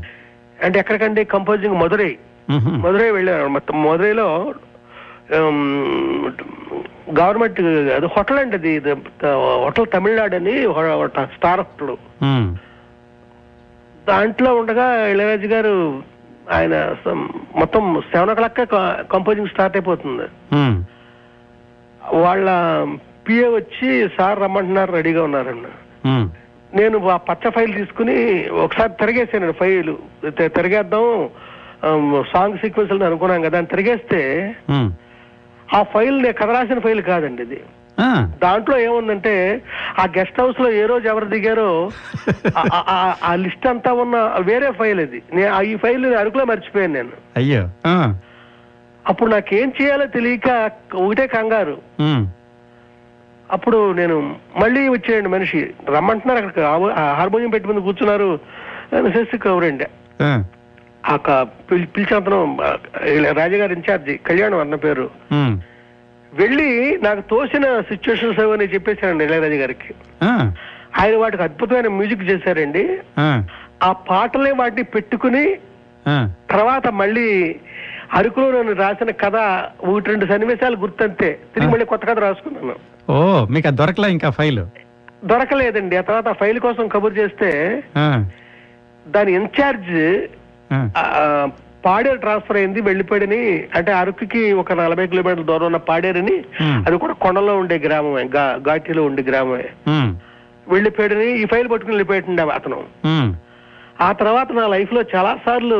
అంటే ఎక్కడికండి కంపోజింగ్ మధురై
మ్హూ.
మధురై వెళ్ళాను మొత్తం మధురైలో ఆమ్, గవర్నమెంట్ అది హోటల్ అండి అది ఇది, ఆ, హోటల్ తమిళనాడు అని హో- ఒక స్టార్ హోటల్
మ్.
దాంట్లో ఉండగా ఇళయరాజు గారు ఆయన సం- మొత్తం seven o'clock composing start అయిపోతుంది
మ్.
వాళ్ళ పిఏ వచ్చి సార్ రమ్మంటున్నారు రెడీగా ఉన్నారన్న
మ్.
నేను ఆ పచ్చ ఫైల్ తీసుకుని ఒకసారి తిరగేసాను ఫైల్ తి- తిరగేద్దాం ఆమ్, సాంగ్ సీక్వెన్స్ అని అనుకున్నాం కదా అని తిరిగేస్తే
మ్.
ఆ ఫైల్ నేను కథ రాసిన ఫైల్ కాదండి ఇది
ఆ.
దాంట్లో ఏముందంటే ఆ గెస్ట్ హౌస్ లో ఏ రోజు ఎవరు దిగారో ఆ- ఆ- ఆ- ఆ లిస్ట్ అంతా ఉన్న వేరే ఫైల్ ఇది నేను ఆ- ఈ ఫైల్ నేను అరకులో మర్చిపోయాను నేను
అయ్యో ఆ.
అప్పుడు నాకేం చేయాలో తెలియక ఒకటే కంగారు
మ్.
అప్పుడు నేను మళ్ళీ వచ్చేయండి మనిషి రమ్మంటున్నారు అక్కడికి ఆ- ఆ హార్మోనియం పెట్టి ముందు కూర్చున్నారు అనేసి కవరండి
ఆ.
ఆ పిలిచాంతనం రాజగారి ఇన్ఛార్జి కళ్యాణం అన్న పేరు
మ్.
వెళ్ళి నాకు తోసిన సిచ్యువేషన్స్ అవన్నీ చెప్పేశానండి ఇళయరాజు గారికి
ఆ.
ఆయన వాటికి అద్భుతమైన మ్యూజిక్ చేశారండి
ఆ.
ఆ పాటలే వాటిని పెట్టుకుని
ఆ.
తర్వాత మళ్ళీ అరకులో నేను రాసిన కథ ఒకటి రెండు సన్నివేశాలు గుర్తంతే తిరిగి మళ్ళీ కొత్త కథ రాసుకున్నాను
ఓ మీకు అది దొరకలా ఇంకా ఫైల్
దొరకలేదండి ఆ తర్వాత ఆ ఫైల్ కోసం కబుర్ చేస్తే
ఆ.
దాని ఇన్ఛార్జ్
ఆ.
ఆ, పాడేరు ట్రాన్స్ఫర్ అయింది వెళ్ళిపోయాడని అంటే అరకుకి ఒక నలభై కిలోమీటర్ల దూరం ఉన్న పాడేరని
మ్.
అది కూడా కొండలో ఉండే గ్రామమే గా- ఘాటీలో ఉండే గ్రామమే
మ్.
వెళ్ళిపోయాడని ఈ ఫైల్ పట్టుకుని వెళ్ళిపోయాడు అతను
మ్.
ఆ తర్వాత నా లైఫ్ లో చాలా సార్లు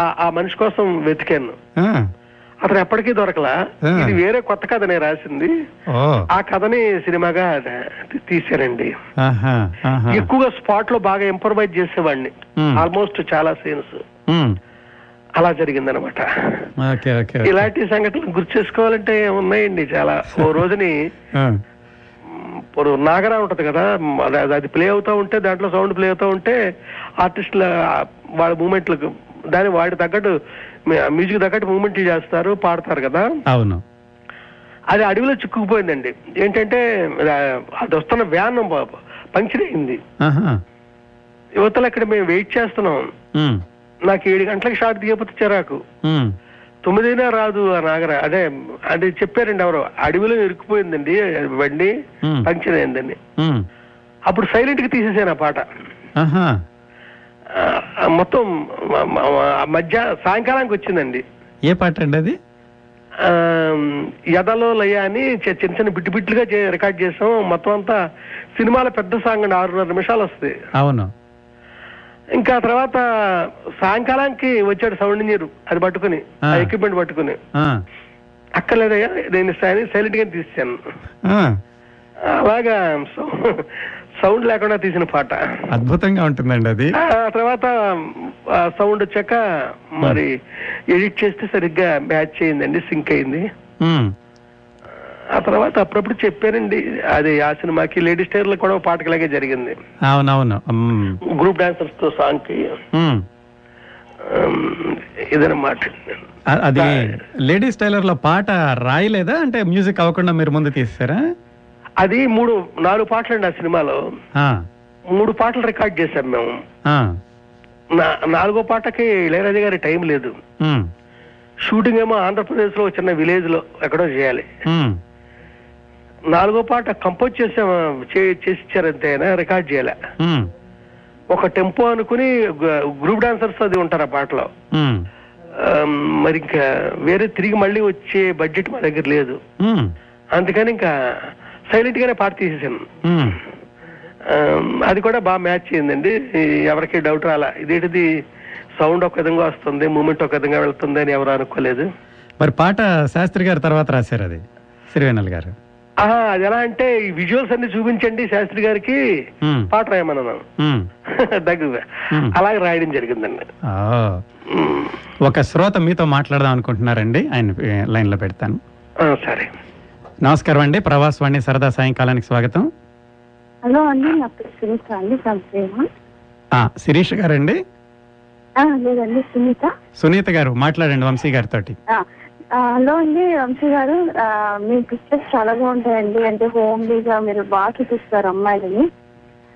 ఆ- ఆ మనిషి కోసం వెతికాను
ఆ.
అతను ఎప్పటికీ దొరకలా
ఆ.
ఇది వేరే కొత్త కథ నేను రాసింది
ఓ
ఆ కథని సినిమాగా తీ- తీశారండి
ఆహా. ఆహా.
ఎక్కువగా స్పాట్ లో బాగా ఇంప్రవైజ్ చేసేవాడిని
మ్.
ఆల్మోస్ట్ చాలా సీన్స్
మ్.
అలా జరిగిందనమాట
ఓకే ఓకే ఓకే.
ఇలాంటి సంఘటనలు గుర్తు చేసుకోవాలంటే ఉన్నాయండి చాలా ఓ రోజుని
ఆ.
మ్, ఇప్పుడు నాగరా ఉంటది కదా మ్, అది- అది- అది ప్లే అవుతా ఉంటే దాంట్లో సౌండ్ ప్లే అవుతా ఉంటే ఆర్టిస్టుల ఆ, వాళ్ళ మూమెంట్లకు దాని వాడి తగ్గట్టు మ్యూజిక్ తగ్గట్టు మూమెంట్లు చేస్తారు పాడతారు కదా
అవును
అది అడవిలో చిక్కుకుపోయిందండి ఏంటంటే ఆ, అది వస్తున్న వ్యాన్ పంక్చర్ అయింది
ఆహా.
యువతలు అక్కడ మేము వెయిట్ చేస్తున్నాం
మ్.
నాకు ఏడు గంటలకు షార్ట్ దిగపోతే చిరాకు
మ్.
తొమ్మిదైనా రాదు ఆ నాగర అదే అంటే చెప్పారండి ఎవరు అడవిలో ఇరుక్కుపోయిందండి బండి
మ్.
పంక్చర్ అయిందండి
మ్.
అప్పుడు సైలెంట్ కి తీసేసాను ఆ పాట
ఆహా
ఆ, ఆ మొత్తం మ- మ- మ- మధ్య సాయంకాలానికి వచ్చిందండి
ఏ పాట అండి అది
ఆ, యదలో లయ అని చి- చిన్న చిన్న బిట్టు బిట్లుగా చే- రికార్డ్ చేసాం మొత్తం అంతా సినిమాల పెద్ద సాంగ్ అండి ఆరున్నర నిమిషాలు వస్తుంది
అవును
ఇంకా తర్వాత సాయంకాలానికి వచ్చాడు సౌండ్ ఇంజనీర్ అది పట్టుకుని
ఆ.
ఆ ఎక్విప్మెంట్ పట్టుకుని
ఆ,
అక్కర్లేదయ్యా నేను సైలెంట్ గా తీసాను
ఆ,
అలాగా సౌండ్ లేకుండా తీసిన పాట
అద్భుతంగా ఉంటుందండి అది
ఆ తర్వాత సౌండ్ వచ్చాక మరి ఎడిట్ చేస్తే సరిగ్గా మ్యాచ్ అయిందండి సింక్ అయింది
ఉమ్,
ఆ తర్వాత అప్పుడప్పుడు చెప్పానండి అది ఆ సినిమాకి లేడీస్ టైర్ లో కూడా ఒక పాటకి ఇలాగే జరిగింది
అవునవును ఉమ్,
గ్రూప్ డాన్సర్స్ తో సాంగ్ కి
ఉమ్.
ఇదనమాట
అ- అది లేడీస్ టైలర్ లో పాట రాయలేదా అంటే మ్యూజిక్ అవ్వకుండా మీరు ముందు తీసారా
అది మూడు నాలుగు పాటలు అండి ఆ సినిమాలో
ఆ,
మూడు పాటలు రికార్డ్ చేశాం మేము
ఆ,
నా- నాలుగో పాటకి ఇళయరాజా గారి టైం లేదు
ఉమ్,
షూటింగ్ ఏమో ఆంధ్రప్రదేశ్ లో చిన్న విలేజ్ లో ఎక్కడో చేయాలి
ఉమ్,
నాలుగో పాట కంపోజ్ చేసాం చే- చేసి ఇచ్చారంతే ఆయన రికార్డ్ చేయాలి
ఉమ్,
ఒక టెంపో అనుకుని గ- గ్రూప్ డాన్సర్స్ అది ఉంటారు ఆ పాటలో
ఉమ్,
ఆమ్, మరి ఇంకా వేరే తిరిగి మళ్ళీ వచ్చే బడ్జెట్ మా దగ్గర లేదు
ఉమ్,
అందుకని ఇంకా సైలెంట్ గానే పాట తీసేసాను
ఉమ్.
ఆమ్, అది కూడా బాగా మ్యాచ్ అయిందండి ఈ ఎవరికి డౌట్ రాలా ఇదేంటిది సౌండ్ ఒక విధంగా వస్తుంది మూమెంట్ ఒక విధంగా వెళ్తుంది అని ఎవరు అనుకోలేదు
మరి పాట శాస్త్రి గారి తర్వాత రాశారు అది సిరివేనల్ గారు
ఆహా అది ఎలా అంటే ఈ విజువల్స్ అన్ని చూపించండి శాస్త్రి గారికి
ఉమ్,
పాట రాయమన్నాను
ఉమ్,
దగ్గర
Hmm.
అలాగే రాయడం జరిగిందండి
ఆ.
Hmm.
ఒక శ్రోత మీతో మాట్లాడదాం అనుకుంటున్నారండి ఆయన ఏ, లైన్లో పెడతాను
ఆ, సరే
నమస్కారం అండి ప్రవాస్ వాణి సరదా సాయంకాలానికి స్వాగతం
హలో అండి నా పేరు సునీత అండి సంప్రేమ
ఆ, శిరీష్ గారండి
ఆ, Ah, లేదండి సునీత
సునీత గారు మాట్లాడండి వంశీ గారితోటి
ఆ, ఆ, హలో Ah, అండి వంశీ గారు ఆ, మీ పిక్చర్స్ చాలా బాగుంటాయండి అంటే హోమ్లీగా మీరు బాగా చూపిస్తారు అమ్మాయిలని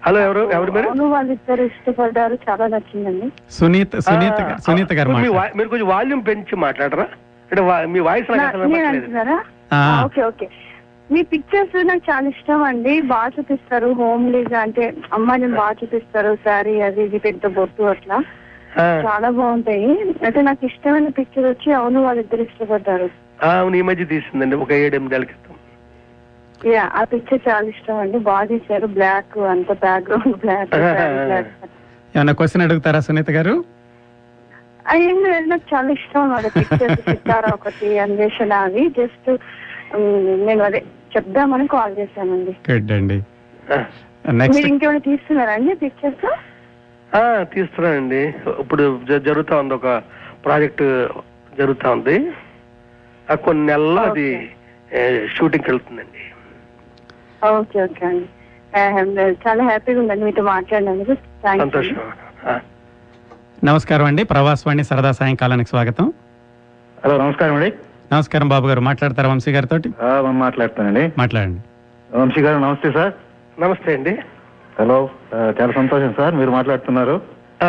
హలో ఎవరు ఎవరు మీరు
అవును వాళ్ళిద్దరు ఇష్టపడ్డారు చాలా నచ్చిందండి
సునీత సునీత గారు-
ఆ,
సునీత గారు
మీ
మాట్లాడండి.
వా- మీరు కొంచెం వాల్యూమ్ పెంచి మాట్లాడరా అంటే వా- మీ వాయిస్ నాకు
నా-
అసలు
నేను
వినపడలేదు.
అంటున్నారా
ఆ,
ఆ, ఓకే ఓకే మీ పిక్చర్స్ నాకు చాలా ఇష్టం అండి బాగా చూపిస్తారు హోమ్లీగా అంటే అమ్మాయిని బాగా చూపిస్తారు సారీ అది ఇది పెద్ద బొట్టు అట్లా
ఆ,
చాలా బాగుంటాయి అంటే నాకు ఇష్టమైన పిక్చర్ వచ్చి అవును వాళ్ళిద్దరు ఇష్టపడ్డారు
ఆ, అవును ఈ మధ్య తీసిందండి ఒక ఏడెనిమిదేళ్ళ క్రితం
యా ఆ పిక్చర్ చాలా ఇష్టం అండి బాగా తీశారు బ్లాక్ అంత బ్యాక్గ్రౌండ్ బ్లాక్ బ్లాక్
ఏమన్నా క్వశ్చన్ అడుగుతారా సునీత గారు
ఏం లేదు నాకు చాలా ఇష్టం వాళ్ళ పిక్చర్స్ సితారా ఒకటి అన్వేషణ అవి జస్ట్ నేను అదే చెప్దామని కాల్ చేశానండి
గుడ్ అండి
ఆ,
మీరు
నెక్స్ట్
ఇంకేమైనా తీస్తున్నారా అండి పిక్చర్స్
ఆ, తీస్తున్నానండి ఇప్పుడు జ- జరుగుతా ఉంది ఒక ప్రాజెక్ట్ జరుగుతా ఉంది ఆ కొన్ని నెలల్లో అది ఏ, షూటింగ్కి వెళ్తుందండి
ఓకే ఓకే అండి ఆహ్, Uh, చాలా హ్యాపీగా ఉందండి మీతో మాట్లాడినందుకు థ్యాంక్ యూ
సంతోషం ఆ.
నమస్కారం అండి ప్రవాస్ వాణి సరదా సాయంకాలానికి స్వాగతం
హలో నమస్కారం అండి
నమస్కారం బాబు గారు మాట్లాడతారా వంశీ గారితో
ఆ, మనం మాట్లాడుతానండి
మాట్లాడండి
వంశీ గారు నమస్తే సార్
నమస్తే అండి
హలో ఆ, చాలా సంతోషం సార్ మీరు మాట్లాడుతున్నారు
ఆ,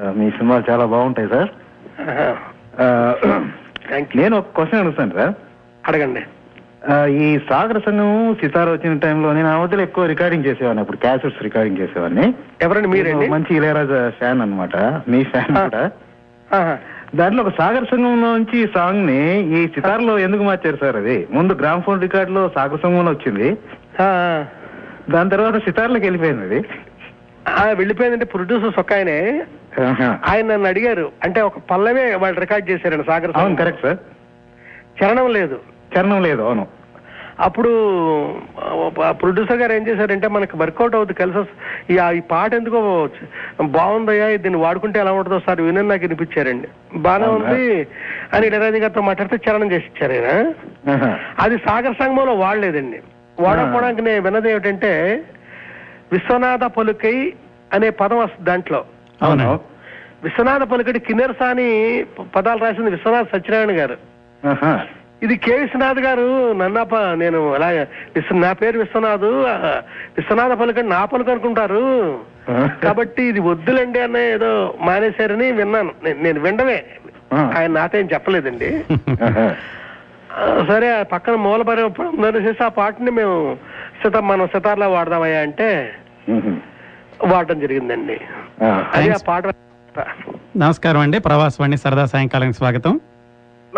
ఆ, మీ సినిమాలు చాలా బాగుంటాయి సార్
ఆహా.
ఆ,
థ్యాంక్ యూ
నేను ఒక క్వశ్చన్ అడుగుతాను సార్
అడగండి
ఆ, ఈ సాగర సను సితార్ వచ్చిన టైంలో నేను ఆ వద్దలు ఎక్కువ రికార్డింగ్ చేసేవాడిని అప్పుడు క్యాసెట్స్ రికార్డింగ్ చేసేవాడిని
ఎవరండి మీరండి
నేను మంచి ఇళయరాజా ఫ్యాన్ అన్నమాట మీ ఫ్యాన్
ఆ.
కూడా
ఆహా.
దాంట్లో ఒక సాగర్ సంఘం నుంచి సాంగ్ ని ఈ సితార్లో ఎందుకు మార్చారు సార్ అది ముందు గ్రామ్ ఫోన్ రికార్డ్ లో సాగర్ సంఘంలో వచ్చింది
ఆ,
దాని తర్వాత సితార్లోకి వెళ్ళిపోయింది అది
ఆ, వెళ్ళిపోయిందంటే ప్రొడ్యూసర్స్ ఒక ఆయనే
ఆహా.
ఆయన నన్ను అడిగారు అంటే ఒక పల్లవే వాళ్ళు రికార్డ్ చేశారండి సాగర్
అవును
సంగం.
కరెక్ట్ సార్
చరణం లేదు
చరణం లేదు అవును
అప్పుడు ఆ ప్రొడ్యూసర్ గారు ఏం చేశారంటే మనకి వర్కౌట్ అవుతుంది కలిసి వస్త- ఈ ఆ- ఈ పాట ఎందుకో బాగుందయ్యా ఇది దీన్ని వాడుకుంటే ఎలా ఉంటుందో సార్ వినని నాకు వినిపించారండి బాగానే
అవునా?
ఉంది అని ఇడరాజు గారితో మాట్లాడితే చరణం చేసి ఇచ్చారు ఆయన
ఆహా.
అది సాగర్ సంగమంలో వాడలేదండి వాడకపోవడానికి నేను విన్నది ఏమిటంటే విశ్వనాథ పలుకై అనే పదం వస్తుంది దాంట్లో
అవును
విశ్వనాథ పలుకడి కిన్నెరసా అని ప- పదాలు రాసింది విశ్వనాథ్ సత్యనారాయణ గారు
ఆహా.
ఇది కె విశ్వనాథ్ గారు నన్ను అప నేను అలా విశ్వ- నా పేరు విశ్వనాథ్ ఆ, విశ్వనాథ పలుకని నా పలుకు అనుకుంటారు కాబట్టి ఇది వద్దులండి అనే ఏదో మానేశారని విన్నాను నేను- నేను వినడమే
ఆ.
ఆయన నాతో ఏం చెప్పలేదండి
ఆహా.
ఆ, సరే ఆ పక్కన మూల పరి- ఉందనేసి ఆ పాటని మేము సిత మనం సితార్లా వాడదామయ్యా అంటే వాడడం జరిగిందండి అది ఆ పాట
నమస్కారం అండి ప్రవాసవాణి సరదా సాయంకాలానికి స్వాగతం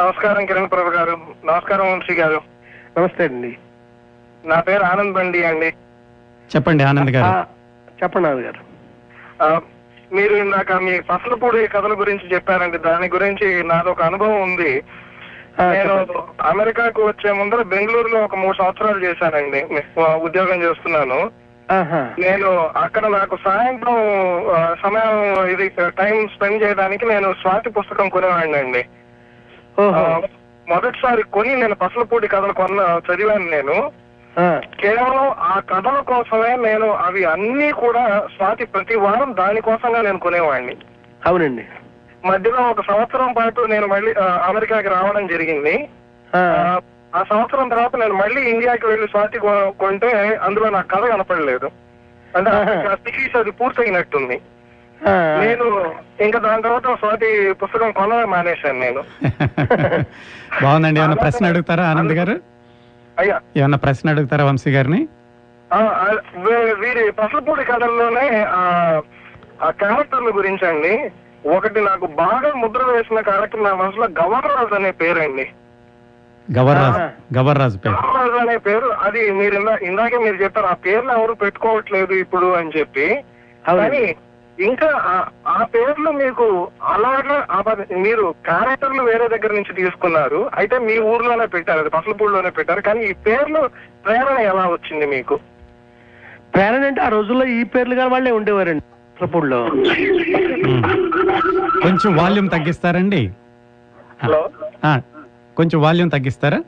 నమస్కారం కిరణ్ ప్రభు గారు నమస్కారం వంశీ గారు
నమస్తే అండి
నా పేరు ఆనంద్ బండి అండి
చెప్పండి ఆనంద్ గారు
ఆ, చెప్పండి నాన్న గారు
ఆ, మీరు ఇందాక మీ పసలపూడి కథల గురించి చెప్పారండి దాని గురించి నాదొక అనుభవం ఉంది
ఆ,
నేను
చెప్పండి.
అమెరికాకు వచ్చే ముందర బెంగళూరులో ఒక మూడు సంవత్సరాలు చేశానండి ఆ, ఉద్యోగం చేస్తున్నాను
ఆహా.
నేను అక్కడ నాకు సాయంత్రం ఆ, సమయం ఇది టైం స్పెండ్ చేయడానికి నేను స్వాతి పుస్తకం కొనేవాడిని అండి
ఓహో
మొదటిసారి కొని నేను పసలపూడి కథలు కొన్న చదివాను నేను
ఆ,
కేవలం ఆ కథల కోసమే నేను అవి అన్నీ కూడా స్వాతి ప్రతి వారం దానికోసంగా నేను కొనేవాడిని
అవునండి
మధ్యలో ఒక సంవత్సరం పాటు నేను మళ్ళీ ఆ, అమెరికాకి రావడం జరిగింది
ఆ,
ఆ, ఆ సంవత్సరం తర్వాత నేను మళ్ళీ ఇండియాకి వెళ్ళి స్వాతి కొ- కొంటే అందులో నాకు కథ కనపడలేదు అంటే ఆ సిరీస్ అది పూర్తయినట్టుంది
ఆ,
నేను ఇంకా దాని తర్వాత స్వాతి పుస్తకం కొనడం మానేశాను నేను
బాగుందండి ఏమైనా ప్రశ్న అడుగుతారా ఆనంద్ గారు
అయ్యా
ఏమైనా ప్రశ్న అడుగుతారా వంశీ గారిని
ఆ, ఆ, వీ- వీరి పసలపూడి కథల్లోనే ఆ, ఆ క్యారెక్టర్ల గురించి అండి ఒకటి నాకు బాగా ముద్ర వేసిన క్యారెక్టర్ నా మనసులో గవర్నరాజు అనే పేరండి
గవర్రాజు గవర్రాజు పేరు
గవర్నరాజు అనే పేరు అది మీరు ఇందా- ఇందాకే మీరు చెప్పారు ఆ పేర్లు ఎవరు పెట్టుకోవట్లేదు ఇప్పుడు అని చెప్పి కానీ ఇంకా ఆ- ఆ పేర్లు మీకు అలాగా ఆ పద- మీరు క్యారెక్టర్లు వేరే దగ్గర నుంచి తీసుకున్నారు అయితే మీ ఊర్లోనే పెట్టారు అది పసలపూడిలోనే పెట్టారు కానీ ఈ పేర్లు ప్రేరణ ఎలా వచ్చింది మీకు
పేరెంట్ అంటే ఆ రోజుల్లో ఈ పేర్లు గల వాళ్ళే ఉండేవారండి పసలపూడిలో
ఉమ్. కొంచెం వాల్యూమ్ తగ్గిస్తారండి
హలో
ఆ, కొంచెం వాల్యూమ్ తగ్గిస్తారా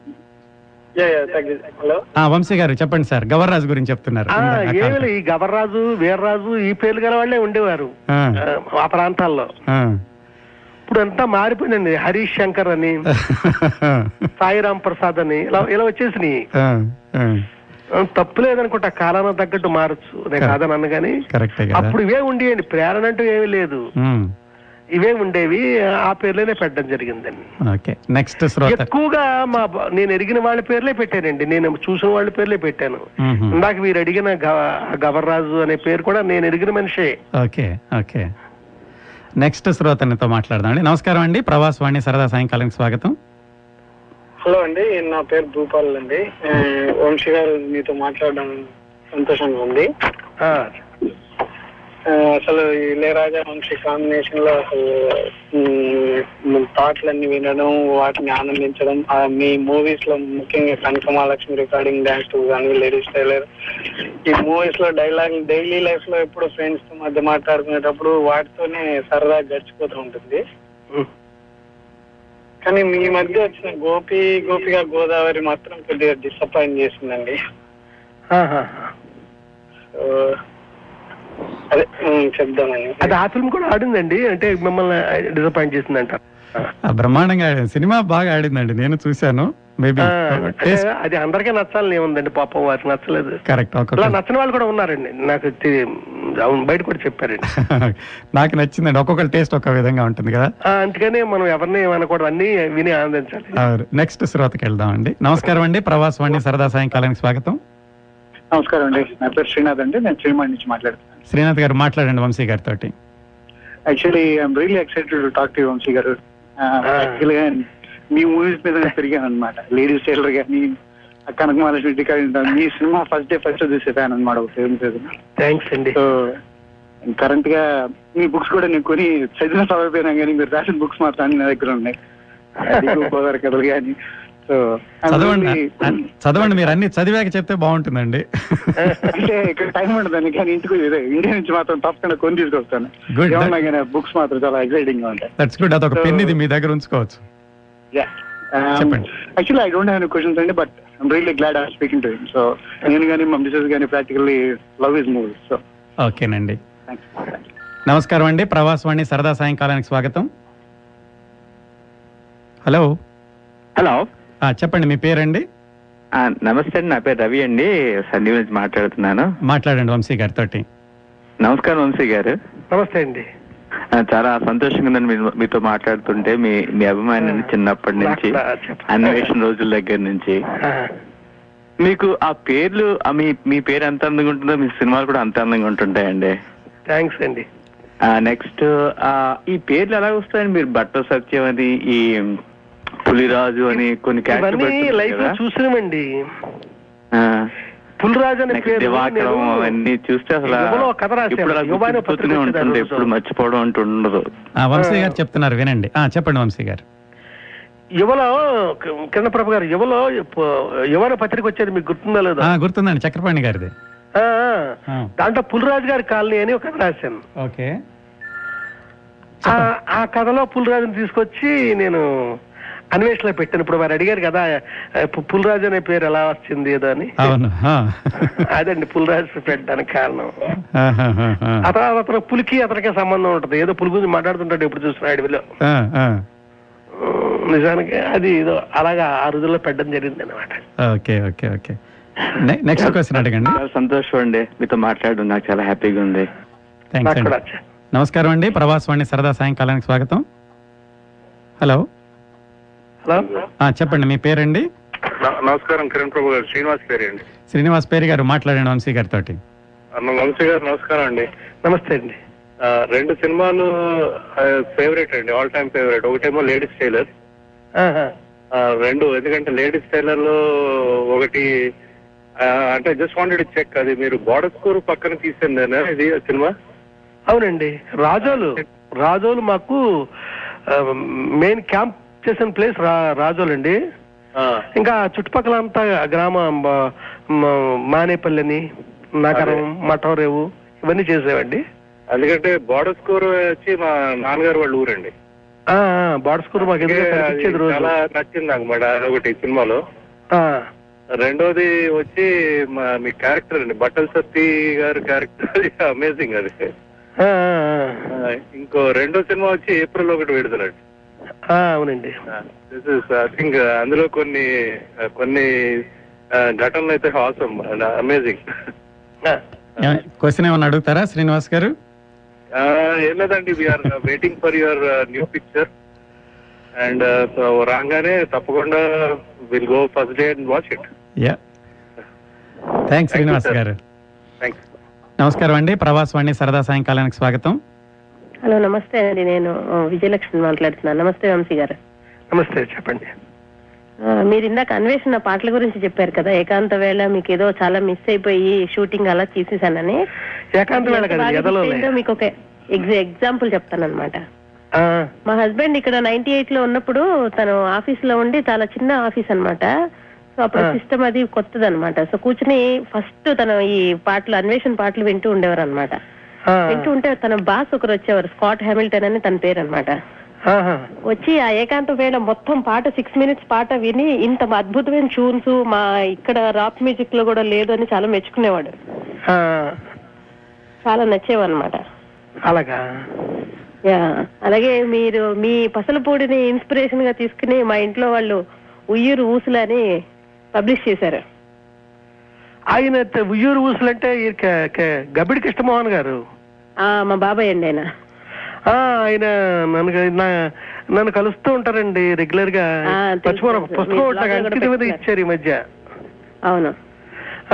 యా యా తగ్గింది హలో
ఆ వంశీ గారు చెప్పండి సార్ గవర్రాజు గురించి చెప్తున్నారు
ఆ,
ఇందాక
ఏమీ లేదు. ఈ గవర్రాజు వీర్రాజు ఈ పేర్లు గల వాళ్ళే ఉండేవారు
ఆ,
ఆ, ఆ ప్రాంతాల్లో
ఆ.
ఇప్పుడు అంతా మారిపోయిందండి హరీష్ శంకర్ అని సాయిరాం ప్రసాద్ అని ఇలా ఇలా వచ్చేసినాయి
ఆ, ఆ.
ఆ, తప్పు లేదనుకుంటా కాలానికి తగ్గట్టు మారచ్చు నేను కాదని అనగాని
కరెక్టే కదా
అప్పుడు ఇవే ఉండేయండి ప్రేరణ అంటూ ఏమీ లేదు
ఉమ్.
ఇవే ఉండేవి ఆ పేర్లనే పెట్టడం జరిగిందండి
ఓకే నెక్స్ట్ శ్రోత
ఎక్కువగా మా బ- నేను ఎరిగిన వాళ్ళ పేర్లే పెట్టానండి నేను చూసిన వాళ్ళ పేర్లే పెట్టాను
మ్మ్హ.
ఇందాక మీరు అడిగిన గవ- గవర్రాజు అనే పేరు కూడా నేను ఎరిగిన మనిషే
ఓకే ఓకే నెక్స్ట్ శ్రోతనితో మాట్లాడదాం అండి నమస్కారం అండి ప్రవాస్ వాణి సరదా సాయంకాలం స్వాగతం
హలో అండి నా పేరు భూపాల్ అండి ఆ, వంశీ గారు మీతో మాట్లాడడం సంతోషంగా ఉంది
ఆ,
ఆ, అసలు ఈ ఇళయరాజా వంశీ కాంబినేషన్ లో అసలు ఉమ్, పాటలన్నీ వినడం వాటిని ఆనందించడం ఆ, మీ మూవీస్ లో ముఖ్యంగా కనకమహాలక్ష్మి రికార్డింగ్ డాన్స్ కానీ లేడీస్ టైలర్ ఈ మూవీస్ లో డైలాగ్ డైలీ లైఫ్ లో ఎప్పుడు ఫ్రెండ్స్ తో మధ్య మాట్లాడుకునేటప్పుడు వాటితోనే సరదా గడిచిపోతూ ఉంటుంది
ఉమ్,
కానీ మీ మధ్య వచ్చిన గోపి గోపిగా గోదావరి మాత్రం కొద్దిగా డిసప్పాయింట్ చేసిందండి
ఆహా.
సో, అదే ఉమ్, చెప్దామని
అది ఆ ఫిల్మ్ కూడా ఆడిందండి అంటే మిమ్మల్ని డిసప్పాయింట్ చేసిందంట
ఆ, బ్రహ్మాండంగా ఆడింది. సినిమా బాగా ఆడిందండి నేను చూశాను మేబీ
ఆ, అంటే అది అందరికీ నచ్చాలని ఏముందండి పాపం వారికి నచ్చలేదు
కరెక్ట్
అలా
ఒక్కొక్క
నచ్చని వాళ్ళు కూడా ఉన్నారండి నాకు తె- అవును బయట కూడా చెప్పారండి
నాకు నచ్చిందండి ఒక్కొక్కరి టేస్ట్ ఒక్క విధంగా ఉంటుంది కదా
ఆ, అందుకనే మనం ఎవరిని ఏమనకూడదు అన్ని విని ఆనందించాలి
నెక్స్ట్ శ్రోతకి వెళ్దాం అండి నమస్కారం అండి ప్రవాస్ వాణి సరదా సాయంకాలానికి స్వాగతం
నమస్కారం అండి నా పేరు శ్రీనాథ్ అండి నేను శ్రీమాన్ నుంచి మాట్లాడుతున్నాను
శ్రీనాథ్ గారు మాట్లాడండి వంశీ గారితో
actually I'm really excited to talk to Vamsi గారు
Ah.
యాక్చువల్ గా Uh, మీ మూవీస్ మీద నేను పెరిగాను అనమాట లేడీస్ టైలర్ కానీ కనకమహాలక్ష్మి టికా మీ సినిమా ఫస్ట్ డే ఫస్ట్ చూసేదాను అనమాట ఒక film పేరు
థ్యాంక్స్ అండి
సో కరెంట్ గా మీ బుక్స్ కూడా నేను కొని చదివిన చదవకపోయినా కానీ మీరు రాసిన బుక్స్ మాత్రం అన్ని నా దగ్గర ఉన్నాయి అది గోదావరి కథలు కానీ సో
చదవండి అన్- చదవండి మీరు అన్ని చదివాక చెప్తే బాగుంటుందండి
అంటే ఇక్కడ టైం ఉండదండి కానీ ఇంటికి ఇదే ఇండియా నుంచి మాత్రం తప్పకుండా కొని తీసుకొస్తాను
Good.
ఏమన్నా కానీ బుక్స్ మాత్రం చాలా ఎక్సైటింగ్ గా ఉంటాయి
దట్స్ గుడ్ అదొక పెన్ ఇది మీ దగ్గర ఉంచుకోవచ్చు
Um,
చెప్పండి.
Actually I don't have questions అండి but I'm really glad I speaking to so నేను కానీ మా మిసెస్ కానీ practically love is movie so
ఓకేనండి
థ్యాంక్ యూ
నమస్కారం అండి ప్రవాస్ వాణి సరదా సాయంకాలానికి స్వాగతం హలో
హలో
ఆ, చెప్పండి మీ పేరండి
ఆ, నమస్తే అండి నా పేరు రవి అండి సందీప్ నుంచి మాట్లాడుతున్నాను
మాట్లాడండి వంశీ గారితో
నమస్కారం వంశీ గారు
నమస్తే అండి
ఆ, చాలా సంతోషంగా ఉందండి మీరు- మీతో మాట్లాడుతుంటే మీ మీ అభిమానాన్ని చిన్నప్పటి నుంచి
నాకు కూడా చెప్పండి.
అన్వేషణ రోజుల దగ్గర నుంచి
ఆ,
మీకు ఆ పేర్లు ఆ మీ మీ పేరు ఎంత అందంగా ఉంటుందో మీ సినిమాలు కూడా అంత అందంగా ఉంటుంటాయండి
థ్యాంక్స్ అండి
నెక్స్ట్ ఈ పేర్లు ఎలా వస్తాయండి మీరు బట్ట సత్యం అని ఈ పులిరాజు అని కొన్ని character
ఇవన్నీ
పెడుతుంటారు
లైఫ్ లో
కదా?
చూసినవండి
ఆ,
పులిరాజు అనే
next
పేరు
దివాకరం
నేను-
అవన్నీ చూస్తే అసలు
ఎవరో ఒక కథ రాశారు.
ఇప్పుడు అలా
యువాని పత్రిక
గుర్తుపోతూనే
వచ్చేది ఆ
ఉంటుంది
రోజు.
ఎప్పుడు మర్చిపోవడం అంటూ ఉండదు
ఆ, వంశీ గారు చెప్తున్నారు వినండి ఆ, చెప్పండి వంశీ గారు
యువలో కిరణ ప్రభు గారు యువలో యువన పత్రిక వచ్చేది మీకు గుర్తుందా లేదా
ఆ, గుర్తుందండి చక్రపాణి గారిది
ఆ, ఆ.
ఆ.
దాంట్లో పులిరాజు గారి కాలనీ అని ఒక కథ రాశాను
ఓకే
ఆ ఆ కథలో పులిరాజుని తీసుకొచ్చి నేను అన్వేషణలో పెట్టాను ఇప్పుడు వారు అడిగారు కదా ఆ, పు- పులిరాజు అనే పేరు ఎలా వచ్చింది ఏదో అని
అవును ఆ.
అదండి పులిరాజు పెట్టడానికి కారణం
ఆహాహాహా.
ఆ తర్వాత అతను పులికి అతనికి సంబంధం ఉంటుంది ఏదో పులి గురించి మాట్లాడుతుంటాడు ఎప్పుడు చూసిన అడవిలో
ఆ, ఆ.
ఉమ్, నిజానికి అది ఏదో అలాగా ఆ రోజుల్లో పెట్టడం జరిగింది అనమాట
ఓకే ఓకే ఓకే నె- నెక్స్ట్ క్వశ్చన్ అడగండి
చాలా సంతోషం అండి మీతో మాట్లాడడం నాకు చాలా హ్యాపీగా ఉంది
థ్యాంక్స్
నాకు
అండి
కూడా
నమస్కారం అండి ప్రభాస్వాణి సరదా సాయంకాలానికి స్వాగతం హలో
హలో
ఆ, చెప్పండి మీ పేరండి
నమస్కారం కిరణ్ ప్రభు గారు శ్రీనివాస్ పేరు అండి
శ్రీనివాస్ పేరు గారు మాట్లాడండి వంశీ గారితో
వంశీ గారు నమస్కారం అండి
నమస్తే అండి
ఆ, రెండు సినిమాలు ఫేవరెట్ అండి ఆల్ టైమ్ ఫేవరెట్ ఒకటేమో లేడీస్ టైలర్
ఆహా.
ఆ, రెండు ఎందుకంటే లేడీస్ టైలర్ లో ఒకటి ఆ, అంటే జస్ట్ వాంటెడ్ చెక్ అది మీరు బోర్డర్ స్కోర్ పక్కన తీసిందేనా ఇది సినిమా
అవునండి రాజోలు రాజోలు మాకు మెయిన్ క్యాంప్ చేసిన ప్లేస్ రాజోలు అండి
ఆ,
ఇంకా చుట్టుపక్కల అంతా గ్రామం బ- మ- మానేపల్లిని నగరం మఠవరేవు ఇవన్నీ చేసేవండి
ఎందుకంటే బోర్డర్ స్కోర్ వచ్చి మా నాన్నగారు వాళ్ళ ఊరండి
ఆ, ఆ, బాడ్స్కూర్ మాకు
అందుకే
ఎదురుగా
అది
కనిపించేది రోజు
చాలా నచ్చింది నాకు మేడం అదొకటి సినిమాలో
ఆ,
రెండోది వచ్చి మా- మీ క్యారెక్టర్ అండి బట్టల సత్తి గారి క్యారెక్టర్ అమేజింగ్ అది
ఆ, ఆ,
ఆ, ఇంకో రెండో సినిమా వచ్చి ఏప్రిల్ ఒకటి విడుదలండి
ఆ, అవునండి
this is I think uh, అందులో కొన్ని uh, కొన్ని ఆ, ఘటనలు అయితే uh, హాసం అమేజింగ్
ఆ,
క్వశ్చన్ ఏమన్నా అడుగుతారా శ్రీనివాస్ గారు
Uh, ఏం లేదండి uh, we're waiting for your new picture and uh, రాగానే తప్పకుండా will go first day and watch it
yeah thanks Srinivas
sir.
గారు
థ్యాంక్స్
నమస్కారం అండి ప్రభాస్వాణి సరదా సాయంకాలానికి స్వాగతం
హలో నమస్తే అండి నేను ఆ, విజయలక్ష్మి మాట్లాడుతున్నాను నమస్తే వంశీ గారు
నమస్తే చెప్పండి
ఆ, మీరు ఇందాక అన్వేషణ పాటల గురించి చెప్పారు కదా ఏకాంత వేళ మీకు ఏదో చాలా మిస్ అయిపోయి షూటింగ్ అలా చేసేసానని
ఏకాంత వేళ
ఎంత
కదా
బాగా
ఎదలో
miss అయిందో మీకు ఒక ఎగ్జ- ఎగ్జాంపుల్ చెప్తానన్నమాట
ఆ,
మా హస్బెండ్ ఇక్కడ నైన్టీ ఎయిట్ లో ఉన్నప్పుడు తను ఆఫీస్ లో ఉండి చాలా చిన్న ఆఫీస్ అన్నమాట సో అప్పుడు
ఆ.
సిస్టమ్ అది కొత్తది అనమాట సో కూర్చుని ఫస్ట్ తను ఈ పాటలు అన్వేషణ పాటలు వింటూ ఉండేవారు అనమాట
ఆ,
వింటూ ఉంటే తన బాస్ ఒకరు వచ్చేవారు స్కాట్ హ్యామిల్టన్ అని తన పేరు అనమాట
ఆహా.
వచ్చి ఆ ఏకాంత వేళ మొత్తం పాట సిక్స్ మినిట్స్ పాట విని ఇంత అద్భుతమైన ట్యూన్స్ మా ఇక్కడ రాప్ మ్యూజిక్ లో కూడా లేదు అని చాలా మెచ్చుకునేవాడు
ఆ,
చాలా నచ్చేవన్నమాట
అలాగా
యా అలాగే మీరు మీ పసలపూడిని ఇన్స్పిరేషన్ గా తీసుకుని మా ఇంట్లో వాళ్ళు ఉయ్యూరు ఊసులని పబ్లిష్ చేశారు
ఆయన త- ఉయ్యూరు ఊసులంటే ఈ క- క- గబ్బిడి కృష్ణమోహన్ గారు
ఆ మా బాబాయ్ అండి ఆయన
ఆ, ఆయన నన్ను క- నా- నన్ను కలుస్తూ ఉంటారండి రెగ్యులర్ గా
ఆ, తెలుసు,
మర్చిపోను
తెలుసు.
పుస్తకం
మీరు
ఒకటి నాకు
blog లో కూడా
అంకిత మీద
పెట్టారు.
ఇచ్చారు ఈ మధ్య
అవును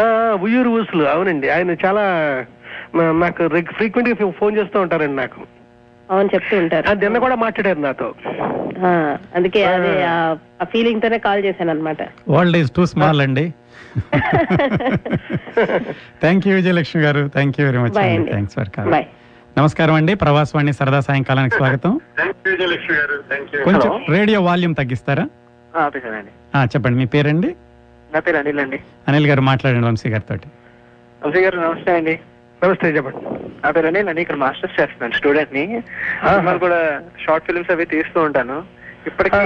ఆ, ఆ, ఉయ్యూరు ఊసులు అవునండి ఆయన చాలా నా- నాకు ఫ్రీక్వెంట్ గా ఫోన్ చేస్తూ ఉంటారండి నాకు
అవును చెప్తూ
ఆ,
ఉంటారు
నిన్న కూడా మాట్లాడారు నాతో
ఆ, అందుకే అదే ఆ ఫీలింగ్ తోనే కాల్ చేశాను అనమాట
వరల్డ్ ఈజ్ టూ స్మాల్ అండి థ్యాంక్ యూ విజయలక్ష్మి గారు thank you very much
bye
అండి
అండి
థ్యాంక్స్ ఫర్ కాల్
బాయ్
నమస్కారం అండి ప్రభాస్వాణి సరదా సాయంకాలానికి స్వాగతం
థ్యాంక్ యూ విజయలక్ష్మి గారు థ్యాంక్ యూ
కొంచెం రేడియో వాల్యూమ్ తగ్గిస్తారా
ఆపేసానండి
ఆ, చెప్పండి మీ పేరండి
నా పేరు అనిల్ అండి
అనిల్ గారు మాట్లాడండి వంశీ గారితో
వంశీ గారు నమస్తే అండి
నమస్తే చెప్పండి
నా పేరు అనిల్ అండి ఇక్కడ మాస్టర్స్ చేస్తున్నాను స్టూడెంట్ ని సినిమాలు కూడా షార్ట్ ఫిల్మ్స్ అవి తీస్తూ ఉంటాను ఇప్పటికీ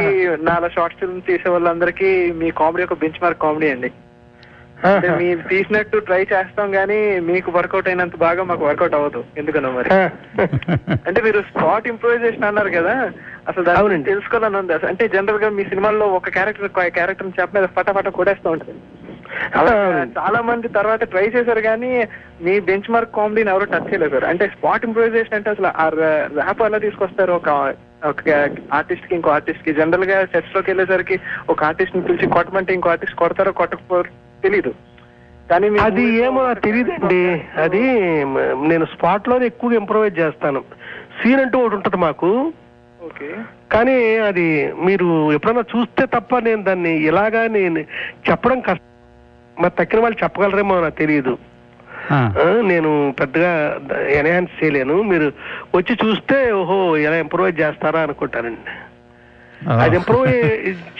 నాలుగు షార్ట్ ఫిల్మ్స్ తీసే వాళ్ళందరికీ మీ కామెడీ ఒక బెంచ్ మార్క్ కామెడీ అండి అంటే
ఆహా.
మీరు తీసినట్టు ట్రై చేస్తాం గానీ మీకు వర్కౌట్ అయినంత బాగా మాకు వర్కౌట్ అవ్వదు ఎందుకనో మరి
ఆ.
అంటే మీరు స్పాట్ ఇంప్రూవైజేషన్ అన్నారు కదా అసలు దాని
అవునండి.
గురించి తెలుసుకోవాలని ఉంది అసలు. అంటే జనరల్ గా మీ సినిమాల్లో ఒక క్యారెక్టర్ క్యారెక్టర్ చెప్ప మీద ఫటాఫట కొడేస్తూ ఉంటుంది అలా
అవునండి.
చాలా మంది తర్వాత ట్రై చేశారు కానీ మీ బెంచ్ మార్క్ కామెడీని ఎవరు టచ్ చేయలేదు సార్. అంటే స్పాట్ ఇంప్రూవైజేషన్ అంటే అసలు ఆ ర్యాప్ ఎలా తీసుకొస్తారు ఒక ఒక ఆర్టిస్ట్ కి ఇంకో ఆర్టిస్ట్ కి జనరల్ గా సెట్స్ లోకి వెళ్ళేసరికి ఒక ఆర్టిస్ట్ ని పిలిచి కొట్టమంటే ఇంకో ఆర్టిస్ట్ కొడతారో కొట్టకపో
తెలీదు కానీ మీ
అది
movies లో
ఏమో నాకు తెలియదండి అది మ- నేను స్పాట్ లోనే ఎక్కువగా ఇంప్రూవైజ్ చేస్తాను సీన్ అంటూ ఒకటి ఉంటుంది మాకు
Okay.
కానీ అది మీరు ఎప్పుడైనా చూస్తే తప్ప నేను దాన్ని ఇలాగా నేను చెప్పడం కష్టం మరి తక్కిన వాళ్ళు చెప్పగలరేమో నాకు తెలియదు
ఆ.
ఆ, నేను పెద్దగా ద- ఎన్హాన్స్ చేయలేను మీరు వచ్చి చూస్తే ఓహో ఇలా ఇంప్రూవైజ్ చేస్తారా అనుకుంటానండి అది ఇంప్రూవ్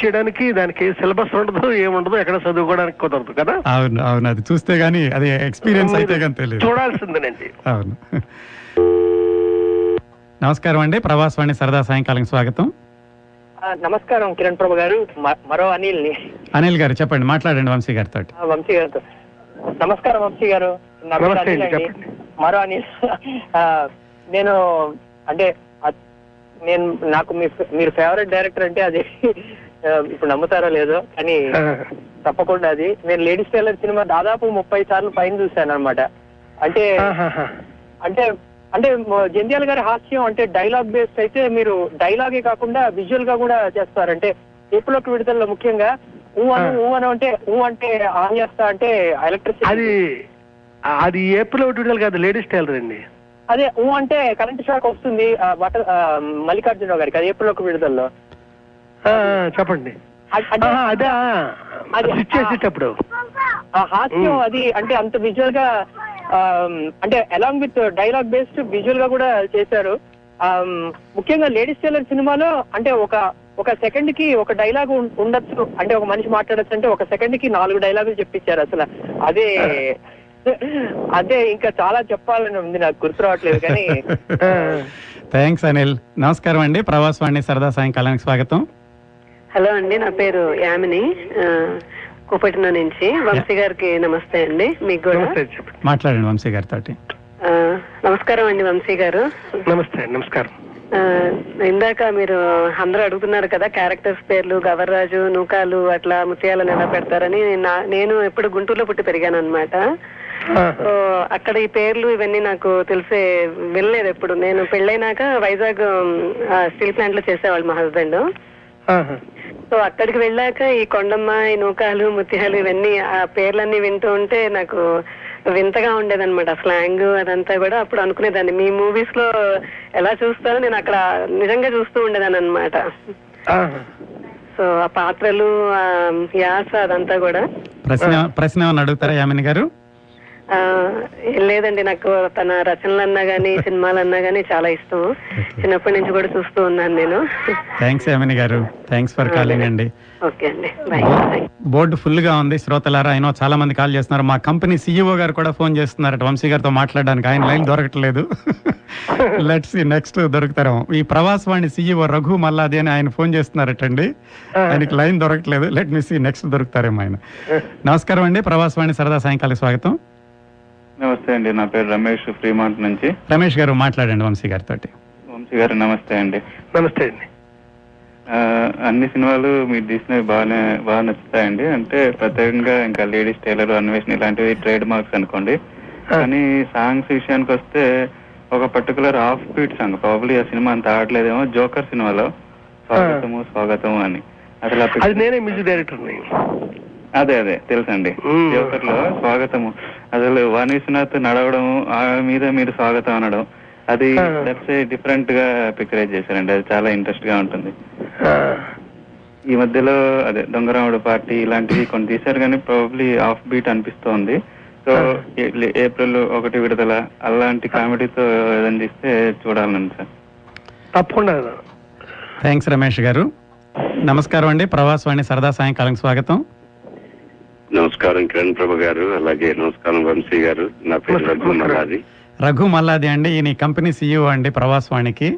చేయడానికి దానికి సిలబస్ ఉండదు ఏముండదు ఎక్కడ చదువుకోవడానికి కుదరదు కదా
అవును అవును అది చూస్తే గానీ అది ఎక్స్పీరియన్స్ అయితే కానీ తెలియదు
చూడాల్సిందేనండి
అవును నమస్కారం అండి ప్రవాసవాణి సరదా సాయంకాలం స్వాగతం
ఆ, నమస్కారం కిరణ్ ప్రభు గారు మ- మరో అనిల్ ని
అనిల్ గారు చెప్పండి మాట్లాడండి వంశీ గారితో
ఆ, వంశీ గారితో నమస్కారం వంశీ గారు నా పేరు
నమస్తే
అనిల్
అండి,
అండి. మరో అనిల్ ఆ, Ah, నేను అంటే అ- నేను నాకు మీ మీరు ఫేవరెట్ డైరెక్టర్ అంటే అది ఆ, ఇప్పుడు నమ్ముతారో లేదో కానీ
Ah.
తప్పకుండా అది నేను లేడీస్ టైలర్ సినిమా దాదాపు ముప్పై సార్లు పైన చూశాను అనమాట అంటే అంటే అంటే మ- జంధ్యాల గారి హాస్యం అంటే డైలాగ్ బేస్డ్ అయితే మీరు డైలాగే కాకుండా విజువల్ గా కూడా చేస్తారు అంటే ఏపులోకి విడుదలలో ముఖ్యంగా ఊ అను ఊ అను అంటే ఊ అంటే ఆన్ చేస్తా అంటే ఎలక్ట్రిసిటీ
అది ఆ, అది ఏప్రిల్ ఒకటి విడుదల కాదు లేడీస్ టైలర్ అండి
అదే ఊ అంటే కరెంట్ షాక్ వస్తుంది ఆ, బట- ఆ, మల్లికార్జునరావు గారికి అది ఏప్రిల్ ఒక విడుదలలో
ఆ, ఆ, చెప్పండి
అ- అంటే-
ఆహా, అదే ఆ,
అది-
స్విచ్ చేసేటప్పుడు
ఆ హాస్యం అది అంటే అంత విజువల్ గా ఆమ్, అంటే along with dialogue based visual గా కూడా చేశారు ఆమ్, ముఖ్యంగా లేడీస్ టైలర్ సినిమాలో అంటే ఒక ఒక సెకండ్ కి ఒక డైలాగ్ ఉం- ఉండొచ్చు అంటే ఒక మనిషి మాట్లాడొచ్చు అంటే ఒక సెకండ్ కి నాలుగు డైలాగులు చెప్పించారు అసలు అదే అదే ఇంకా చాలా చెప్పాలని ఉంది నాకు గుర్తు రావట్లేదు కానీ
థ్యాంక్స్ అనిల్ నమస్కారం అండి ప్రవాసవాణి సరదా సాయంకాలానికి స్వాగతం
హలో అండి నా పేరు యామిని ఆ, కూపట్నం నుంచి వంశీ గారికి నమస్తే అండి మీకు కూడా
మాట్లాడండి వంశీ గారితో
ఆ, నమస్కారం అండి వంశీ గారు
నమస్తే నమస్కారం
ఆ, ఇందాక మీరు అందరూ అడుగుతున్నారు కదా క్యారెక్టర్స్ పేర్లు గవర్రాజు నూకాలు అట్లా ముత్యాలను ఎలా పెడతారని నా- నేను ఎప్పుడు గుంటూరులో పుట్టి పెరిగాను అనమాట సో అక్కడ ఈ పేర్లు ఇవన్నీ నాకు తెలిసే వినలేదు ఎప్పుడు నేను పెళ్ళైనాక వైజాగ్ స్టీల్ ప్లాంట్ లో చేసేవాళ్ళు మా హస్బెండ్ సో అక్కడికి వెళ్ళాక ఈ కొండమ్మ ఈ నూకాలు ముత్యాలు ఇవన్నీ ఆ పేర్లన్నీ వింటూ ఉంటే నాకు వింతగా ఉండేదన్నమాట స్లాంగ్ అదంతా కూడా అప్పుడు అనుకునేదాన్ని మీ మూవీస్ లో ఎలా చూస్తారో నేను అక్కడ నిజంగా చూస్తూ ఉండేదాన్ని అనమాట సో ఆ పాత్రలు ఆ యాస అదంతా కూడా
ప్రశ్న ప్రశ్న ఏమన్నా అడుగుతారా యామిని గారు
ఆ, లేదండి నాకు తన రచనలన్నా గానీ సినిమాలన్నా గానీ చాలా ఇష్టం చిన్నప్పటి నుంచి కూడా చూస్తూ ఉన్నాను నేను
థ్యాంక్స్ యామిని గారు థ్యాంక్స్ ఫర్ కాలింగ్ అండి
ఓకే అండి బాయ్
బోర్డు ఫుల్ గా ఉంది శ్రోతలారా అయినా చాలా మంది కాల్ చేస్తున్నారు మా కంపెనీ సీఈఓ గారు కూడా ఫోన్ చేస్తున్నారట వంశీ గారితో మాట్లాడడానికి ఆయన లైన్ దొరకట్లేదు లెట్స్ నెక్స్ట్ దొరుకుతారు ఈ ప్రవాసవాణి సీఈఓ రఘు మల్లాది అని ఆయన ఫోన్ చేస్తున్నారటండి ఆయనకి లైన్ దొరకట్లేదు లెట్ మీ సీ నెక్స్ట్ దొరుకుతారేమో ఆయన నమస్కారం అండి ప్రవాసవాణి సరదా సాయంకాలం స్వాగతం
నమస్తే అండి నా పేరు రమేష్ ఫ్రీమాంట్ నుంచి
రమేష్ గారు మాట్లాడండి వంశీ గారితో
వంశీ గారు నమస్తే అండి
నమస్తే అండి
ఆ, అన్ని సినిమాలు మీరు తీసినవి బాగానే బాగా నచ్చుతాయండి అంటే ప్రత్యేకంగా ఇంకా లేడీస్ టైలర్ అన్వేషణ ఇలాంటివి ట్రేడ్ మార్క్స్ అనుకోండి కానీ సాంగ్స్ విషయానికి వస్తే ఒక particular off beat song probably ఆ సినిమా అంత ఆడలేదేమో జోకర్ సినిమాలో స్వాగతము స్వాగతము అని అసలు ఆ పిక్-
అది నేనే మ్యూజిక్ డైరెక్టర్ని
అదే అదే తెలుసండి జోకర్ లో స్వాగతము అసలు వాణి విశ్వనాథ్ నడవడం ఆ మీద మీరు స్వాగతం అనడం అది దట్స్ డిఫరెంట్ గా పిక్చరైజ్ చేశారండి అది చాలా ఇంట్రెస్ట్ గా ఉంటుంది ఈ మధ్యలో అదే దొంగరాముడు పార్టీ ఇలాంటివి కొన్ని తీశారు కానీ ప్రాబ్లీ ఆఫ్ బీట్ అనిపిస్తోంది సో ఏ- ఏప్రిల్ ఒకటి విడుదల అలాంటి కామెడీతో ఏదైనా తీస్తే చూడాలండి సార్
తప్పకుండా
థ్యాంక్స్ రమేష్ గారు నమస్కారం అండి ప్రవాసవాణి సరదా సాయంకాలం స్వాగతం
నమస్కారం కిరణ్ ప్రభ గారు అలాగే నమస్కారం వంశీ గారు నా పేరు రఘు మల్లాది
రఘు మల్లాది అండి ఈయన ఈ కంపెనీ సీఈఓ అండి ప్రవాసవాణికి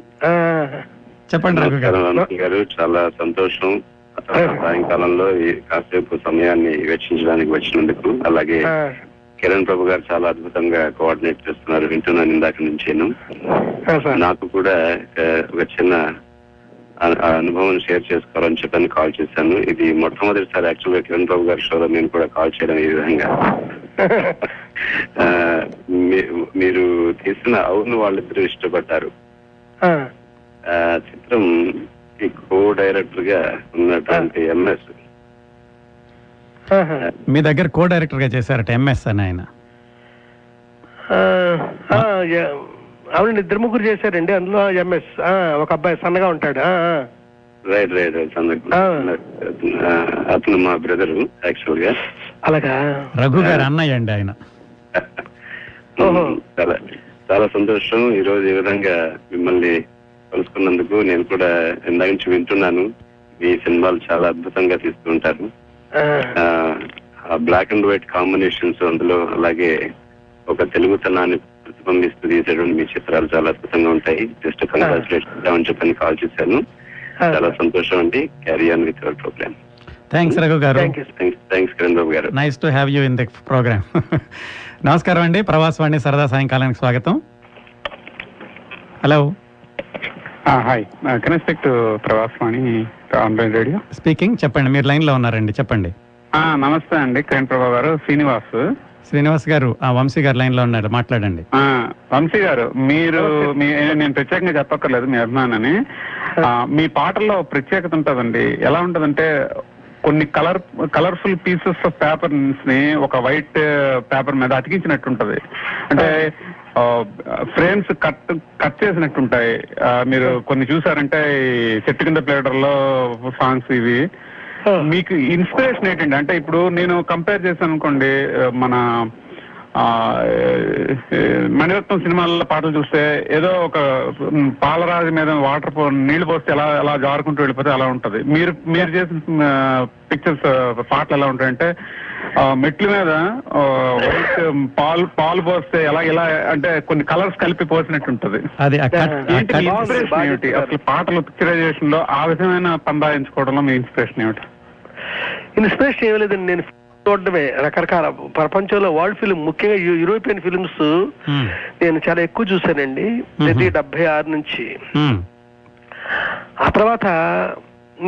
చెప్పండి రఘు గారు
నమస్కారం వంశీ గారు చాలా సంతోషం ఆ, సాయంకాలంలో ఈ కాసేపు సమయాన్ని వెచ్చించడానికి వచ్చినందుకు అలాగే కిరణ్ ప్రభు గారు చాలా అద్భుతంగా కోఆర్డినేట్ చేస్తున్నారు వింటున్నాను ఇందాక నుంచి నేను నాకు కూడా ఆ, ఒక చిన్న అను- ఆ అనుభవం షేర్ చేసుకోవాలని చెప్పని కాల్ చేశాను ఇది మొట్టమొదటిసారి యాక్చువల్ గా కిరణ్ ప్రభు గారి షోలో నేను కూడా కాల్ చేయడం ఈ విధంగా ఆ, మీ- మీరు తీసిన అవును వాళ్ళిద్దరూ ఇష్టపడ్డారు ఆ చిత్రం కో డైరెక్టర్ గా ఉన్నటువంటి ఎంఎస్
మీ దగ్గర కో డైరెక్టర్ గా చేశారట ఎంఎస్ అని ఆయన
ఆ, ఆ, యా- అవునండి ఇద్దరు ముగ్గురు చేశారండి అందులో ఎంఎస్ ఒక అబ్బాయి సన్నగా ఉంటాడు ఆ, ఆ.
రైట్ రైట్ రైట్ సందర్భం అతను మా బ్రదరు యాక్చువల్ గా
అలాగా
రఘు గారు అన్నయ్య అండి ఆయన
చాలా చాలా సంతోషం ఈ రోజు ఈ విధంగా మిమ్మల్ని కలుసుకున్నందుకు నేను కూడా ఇందాక నుంచి వింటున్నాను మీ సినిమాలు చాలా అద్భుతంగా తీస్తుంటారు ఆ, ఆ బ్లాక్ అండ్ వైట్ కాంబినేషన్స్ అందులో అలాగే ఒక తెలుగుతనాన్ని ప్రతిబింబిస్తూ తీసేటువంటి మీ చిత్రాలు చాలా అద్భుతంగా ఉంటాయి జస్ట్ కంగ్రాచులేషన్ అని చెప్పని కాల్ చేశాను చాలా సంతోషం అండి carry on with our program
thanks Raghu గారు
థ్యాంక్స్ కిరణ్ బాబు గారు
nice to have you in the programme నమస్కారం అండి ప్రవాసవాణి సరదా సాయంకాలానికి స్వాగతం hello
hi connect Pravas Vani online radio
speaking చెప్పండి మీరు లైన్ లో ఉన్నారండి చెప్పండి
నమస్తే అండి కిరణ్ ప్రభా గారు శ్రీనివాస్
శ్రీనివాస్ గారు ఆ వంశీ గారు లైన్ లో ఉన్నారు మాట్లాడండి
ఆ, వంశీ గారు మీరు మీ నేను ప్రత్యేకంగా చెప్పక్కర్లేదు మీ అభిమానని ఆ, మీ పాటల్లో ప్రత్యేకత ఉంటుందండి ఎలా ఉంటుందంటే కొన్ని colour colourful pieces of papers ని ఒక వైట్ పేపర్ మీద అతికించినట్టు ఉంటది అంటే ఫ్రేమ్స్ కట్ కట్ చేసినట్టు ఉంటాయి ఆ, మీరు కొన్ని చూసారంటే ఈ చెట్టు కింద ప్లేటర్ లో సాంగ్స్ ఇవి మీకు ఇన్స్పిరేషన్ ఏంటండి అంటే ఇప్పుడు నేను కంపేర్ చేశాను అనుకోండి ఆ, మన ఆ, ఏ, మణిరత్నం సినిమాల్లో పాటలు చూస్తే ఏదో ఒక ఉమ్, పాలరాజు మీద వాటర్ పో- నీళ్లు పోస్తే ఎలా ఎలా జారుకుంటూ వెళ్ళిపోతే అలా ఉంటది మీరు మీరు చేసిన పిక్చర్స్ పాటలు ఎలా ఉంటాయంటే ఆ, మెట్ల మీద ఆ, వైట్ ఉమ్, పాలు పాలు పోస్తే ఎలా ఎలా అంటే కొన్ని కలర్స్ కలిపి పోసినట్టు ఉంటది
అది ఆ కట్- ఆ
ఏంటి మీ
కట్-
inspiration ఏమిటి? అసలు పాటలు పిక్చరైజేషన్ లో ఆ విధమైన పందా ఎంచుకోవడంలో మీ ఇన్స్పిరేషన్ ఏమిటి
ఇన్స్పిరేషన్ ఏమీ లేదండి నేను చూడడమే రకరకాల ప్రపంచంలో వరల్డ్ ఫిలిం ముఖ్యంగా యు- యూరోపియన్ ఫిలిమ్స్ నేను చాలా ఎక్కువ చూశానండి ప్రతి డెబ్బై ఆరు నుంచి
Hmm.
ఆ తర్వాత